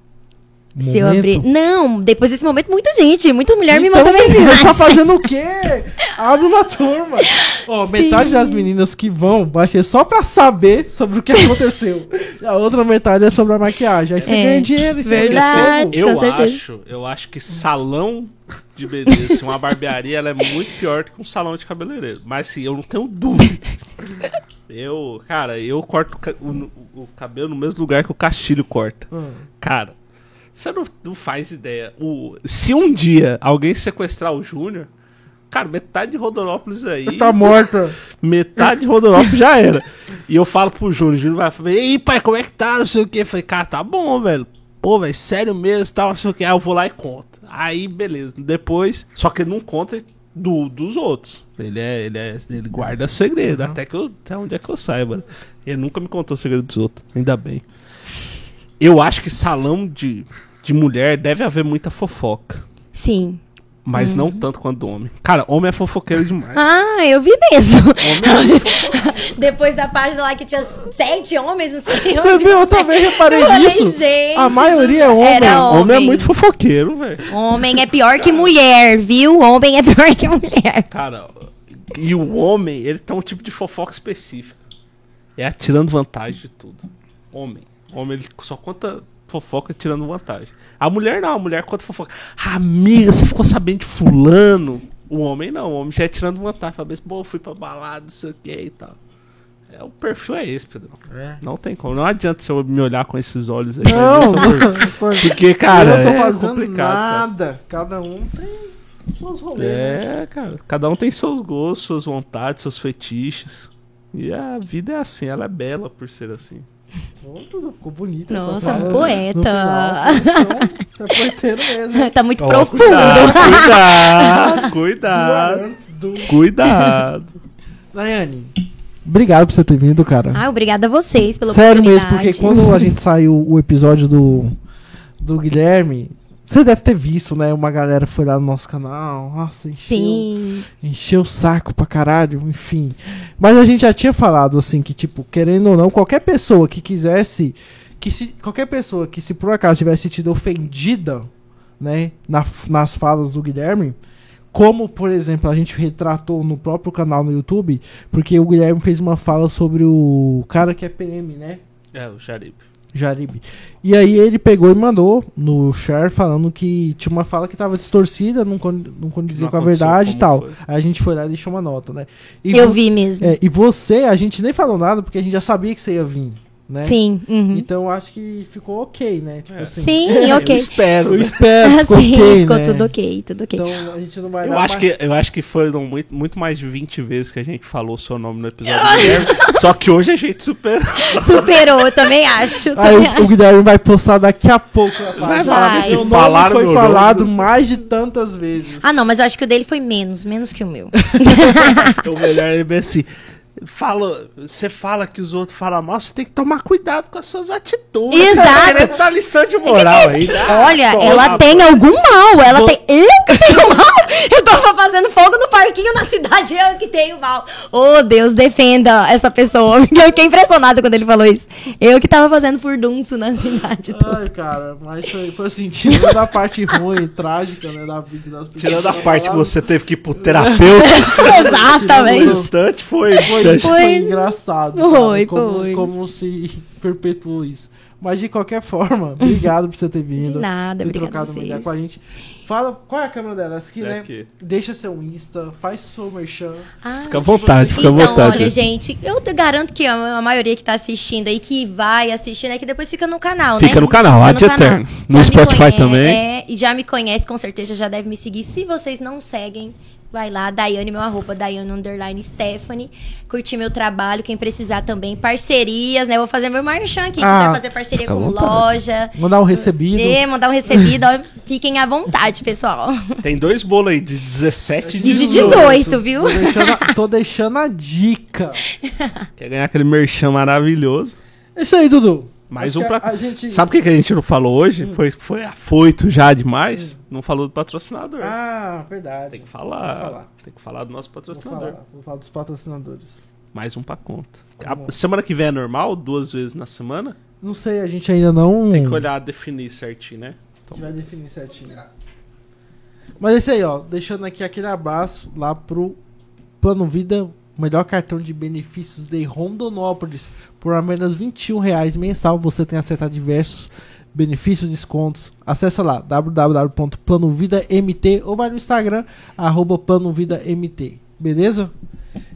Se eu abrir. Não, depois desse momento, muita gente, muita mulher me
Então,
mandou
menina,
mensagem.
tá fazendo o quê? Abre uma turma. Ó, metade das meninas que vão vai ser só pra saber sobre o que aconteceu. E a outra metade é sobre a maquiagem. Aí você
É,
ganha dinheiro. Isso
Eu sei-
verdade.
É
com
eu
certeza.
acho, eu acho que salão de beleza, assim, uma barbearia, ela é muito pior do que um salão de cabeleireiro. Mas assim, eu não tenho dúvida. Eu, cara, eu corto o ca- o, o cabelo no mesmo lugar que o Castilho corta.
Hum.
Cara, você não, não faz ideia. O, se um dia alguém sequestrar o Júnior, cara, metade de Rodonópolis aí.
Tá morta.
Metade de Rodonópolis já era. E eu falo pro Júnior, o Júnior vai falar, ei pai, como é que tá? Não sei o que. Eu falei, cara, tá bom, velho. Pô, velho, sério mesmo, tal, não sei o que. Aí eu vou lá e conto. Aí, beleza. Depois, só que ele não conta do, dos outros. Ele é, ele é, ele guarda segredo, até que eu, até onde é que eu saiba. né? Ele nunca me contou o segredo dos outros, ainda bem. Eu acho que salão de, de mulher deve haver muita fofoca.
Sim.
Mas não tanto quanto do homem. Cara, homem é fofoqueiro demais.
Ah, eu vi mesmo.
é
Depois da página lá que tinha sete homens, não sei
Você
onde.
viu? Eu também reparei
Eu falei,
nisso.
gente,
a maioria é homem.
era
homem. é
homem.
muito fofoqueiro, velho.
Homem é pior que mulher, viu? Homem é pior que mulher.
Cara, e o homem, ele tem um tipo de fofoca específica. É atirando vantagem de tudo. Homem. Homem, ele só conta fofoca tirando vantagem. A mulher não, a mulher conta fofoca. Ah, amiga, você ficou sabendo de fulano? O homem não, o homem já é tirando vantagem. Fala assim, pô, eu fui pra balada, não sei o que e tal. É, o perfil é esse, Pedro. Não tem como. Não adianta você me olhar com esses olhos aí.
Não,
vai ver seu um perfil. Porque, cara,
eu não tô
é
fazendo
complicado. cara.
nada. Cada um tem seus rolês. né?
É, cara. Cada um tem seus gostos, suas vontades, seus fetiches. E a vida é assim, ela é bela por ser assim.
Pronto, ficou bonito.
Nossa,
essa
um
frase.
poeta.
No final, então, Você é poeteiro mesmo. hein?
Tá muito
Ó,
profundo.
Agora,
Cuidado, cuidado, cuidado.
antes do...
cuidado.
Nayane, obrigado por você ter vindo, cara.
Ah, obrigada a vocês pela
Sério mesmo,
oportunidade.
porque quando a gente saiu o episódio do, do Guilherme, você deve ter visto, né? Uma galera foi lá no nosso canal. Nossa, encheu,
Sim.
encheu o saco pra caralho, enfim. Mas a gente já tinha falado, assim, que, tipo, querendo ou não, qualquer pessoa que quisesse. Que se, qualquer pessoa que, se por acaso tivesse se tido ofendida, né? na- nas falas do Guilherme. Como, por exemplo, a gente retratou no próprio canal no YouTube, porque o Guilherme fez uma fala sobre o cara que é PM, né?
É, o Jaribe.
Jaribe. E aí ele pegou e mandou no share falando que tinha uma fala que tava distorcida, não, con não condizia
Não
com a
aconteceu
verdade e
como
tal.
foi.
Aí a gente foi lá e deixou uma nota, né? E
Eu
vo-
vi mesmo.
é, e você, a gente nem falou nada porque a gente já sabia que você ia vir, né?
Sim. uhum.
Então eu acho que ficou ok, né?
É.
Tipo assim.
Sim,
Eu
ok.
espero.
Eu
né?
espero que ficou
Sim,
ok,
ficou
né?
tudo ok, tudo ok.
Então a gente não vai
Eu
dar
acho,
mais-
que, eu acho que foram muito, muito mais de 20 vezes que a gente falou o seu nome no episódio do Guilherme. Só que hoje a gente superou.
Então
Superou, eu também acho.
Aí
também
Ah, o, o Guilherme vai postar daqui a pouco, rapaz.
falar
Meu
desse
nome
falaram
foi
meu nome,
falado
você-
mais de tantas vezes.
Ah, não, mas eu acho que o dele foi menos, menos que o meu.
O melhor é bem assim. Fala, você fala que os outros falam mal, você tem que tomar cuidado com as suas atitudes.
Exato.
Tá querendo dar lição de moral aí.
Olha,
Toma,
ela
pô.
tem algum mal. Ela tem. Eu que tenho mal? Eu tava fazendo fogo no parquinho na cidade, eu que tenho mal. Ô, Deus, defenda essa pessoa. Eu fiquei impressionada quando ele falou isso. Eu que tava fazendo furdunço na cidade toda.
Ai, cara, mas foi, foi assim, tirando a parte ruim, trágica, né, da vida das pessoas.
Tirando a parte que você teve que ir pro terapeuta, o
Exatamente.
restante foi.
Foi, foi
Foi.
engraçado.
Foi,
como,
foi.
Como se perpetuou isso. Mas de qualquer forma, obrigado por você ter vindo.
De
ter
nada, obrigada a
trocado uma
vocês.
ideia com a gente. Fala, qual é a câmera dela? Essa aqui,
É
né?
aqui.
Deixa seu Insta, faz seu merchan.
Ah,
à vontade,
Então, olha, gente, eu te garanto que a a maioria que tá assistindo aí, que vai assistindo, é que depois fica no canal, né?
Fica no canal, ad eterno. No
me
Spotify também.
É, e já me conhece, com certeza já deve me seguir. Se vocês não seguem, vai lá, Daiane, meu arroba, Daiane underline Stephanie. Curtir meu trabalho, quem precisar também, parcerias, né? Eu Vou fazer meu marchand aqui,
Ah,
quiser fazer parceria
fica à
com
vontade.
loja.
Mandar um recebido.
É, mandar um recebido, ó, fiquem à vontade, pessoal.
Tem dois bolos aí, de 17 e
E de
18.
18, viu?
Tô deixando, a, tô deixando a dica.
Quer ganhar aquele merchan maravilhoso.
É isso aí, Dudu.
Mais
Acho
um
que
pra.
a- a gente- Hum.
Sabe o que, que a gente não falou hoje? Foi, foi afoito já demais. Não falou do patrocinador.
Ah, verdade.
tem que falar,
vou falar.
Tem que falar do nosso
Vou
patrocinador.
falar, vou falar dos patrocinadores.
Mais um pra conta.
Tá bom.
A semana que vem é normal, duas vezes na semana.
Não sei, a gente ainda não.
Tem que olhar, definir certinho, né?
A gente vai definir certinho. Mas é isso aí, ó. Deixando aqui aquele abraço lá pro Plano Vida, o melhor cartão de benefícios de Rondonópolis. Por apenas R$ 21 reais mensal, você tem acesso a diversos benefícios e descontos. Acesse lá www.planovidamt ou vai no Instagram, arroba planovidamt. Beleza?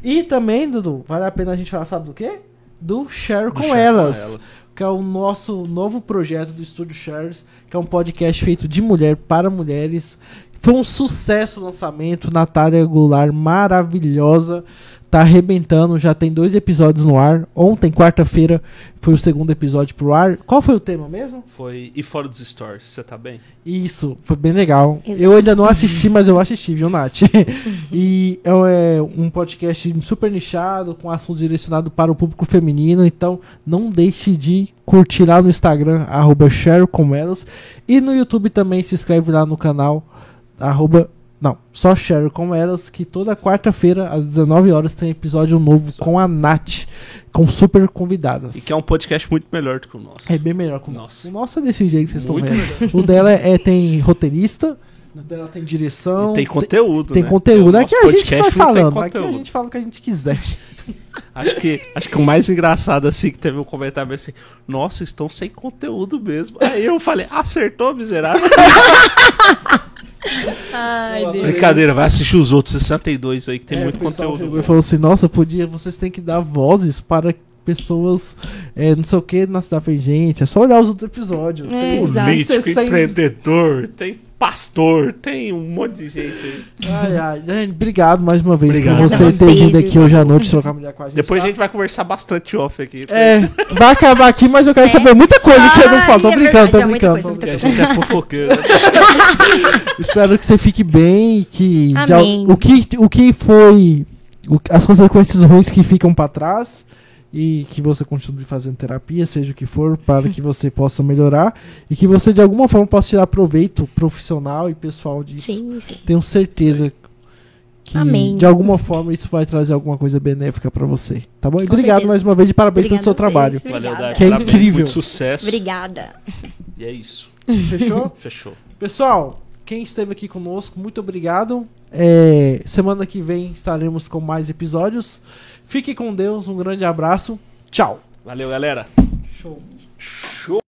E também, Dudu, vale a pena a gente falar, sabe do quê? Do Share com,
Share com
elas
Elas.
que é o nosso novo projeto do Estúdio Shares, que é um podcast feito de mulher para mulheres. Foi um sucesso o lançamento, Natália Goulart maravilhosa, tá arrebentando, já tem dois episódios no ar. Ontem, quarta-feira, foi o segundo episódio pro ar. Qual foi o tema mesmo?
Foi. E fora dos stories, você tá bem?
Isso, foi bem legal.
Exato.
Eu ainda não assisti, mas eu assisti, viu, Nath? e é um- é um podcast super nichado, com assunto direcionado para o público feminino. Então, não deixe de curtir lá no Instagram, arroba share com elas. E no YouTube também se inscreve lá no canal, arroba Não, só share com elas que toda quarta-feira, às 19 horas, tem episódio novo com a Nath, com super convidadas.
E que é um podcast muito melhor do que o nosso.
É bem melhor com o
Nossa.
nosso. O nosso é desse jeito que vocês estão
Muito
vendo. O dela é, tem roteirista, o dela tem
E
direção.
tem conteúdo,
Tem
né?
conteúdo.
O
Aqui
nosso
a gente vai
podcast não tem
falando. Aqui a
conteúdo.
gente fala o que a gente quiser.
Acho que, acho que o mais engraçado, assim, que teve um comentário assim, nossa, estão sem conteúdo mesmo. Aí eu falei, acertou, miserável.
Ai,
Brincadeira, vai assistir os outros 62 aí, que tem
É,
muito
o pessoal
conteúdo.
chegou E falou assim, nossa, podia, vocês têm que dar vozes para pessoas, é, não sei o que, na cidade fez gente. É só olhar os outros episódios.
É,
Tem-
exato.
Político,
60.
empreendedor, tem pastor, tem um monte de gente aí.
Ai, ai, gente, obrigado mais uma vez
Obrigado.
por você ter
Vocês,
vindo aqui
irmão.
hoje à noite trocar uma ideia com a gente.
Depois
tá?
a gente vai conversar bastante off aqui.
É, vai acabar aqui, mas eu quero
É.
saber muita coisa que você não
Ai,
falou. Tô
é
brincando,
verdade, é
tô
muita
brincando.
coisa,
tô
muita
Porque
brincando.
a gente é fofoqueiro. né?
Espero que você fique bem e que de al-
Amém.
o que o que foi o- as consequências ruins que ficam pra trás e que você continue fazendo terapia, seja o que for, para que você possa melhorar e que você de alguma forma possa tirar proveito profissional e pessoal disso.
Sim, sim.
Tenho certeza que
Amém.
de alguma forma isso vai trazer alguma coisa benéfica pra você, tá bom? E
Com
obrigado
certeza.
mais uma vez e parabéns pelo
Obrigada
seu
a
trabalho.
vocês.
Valeu,
Obrigada.
Dai.
Que é
parabéns,
incrível.
Muito sucesso.
Obrigada.
E é isso.
Fechou?
Fechou.
Pessoal, quem esteve aqui conosco, muito obrigado. É, semana que vem estaremos com mais episódios. Fique com Deus, um grande abraço. Tchau.
Valeu, galera.
Show.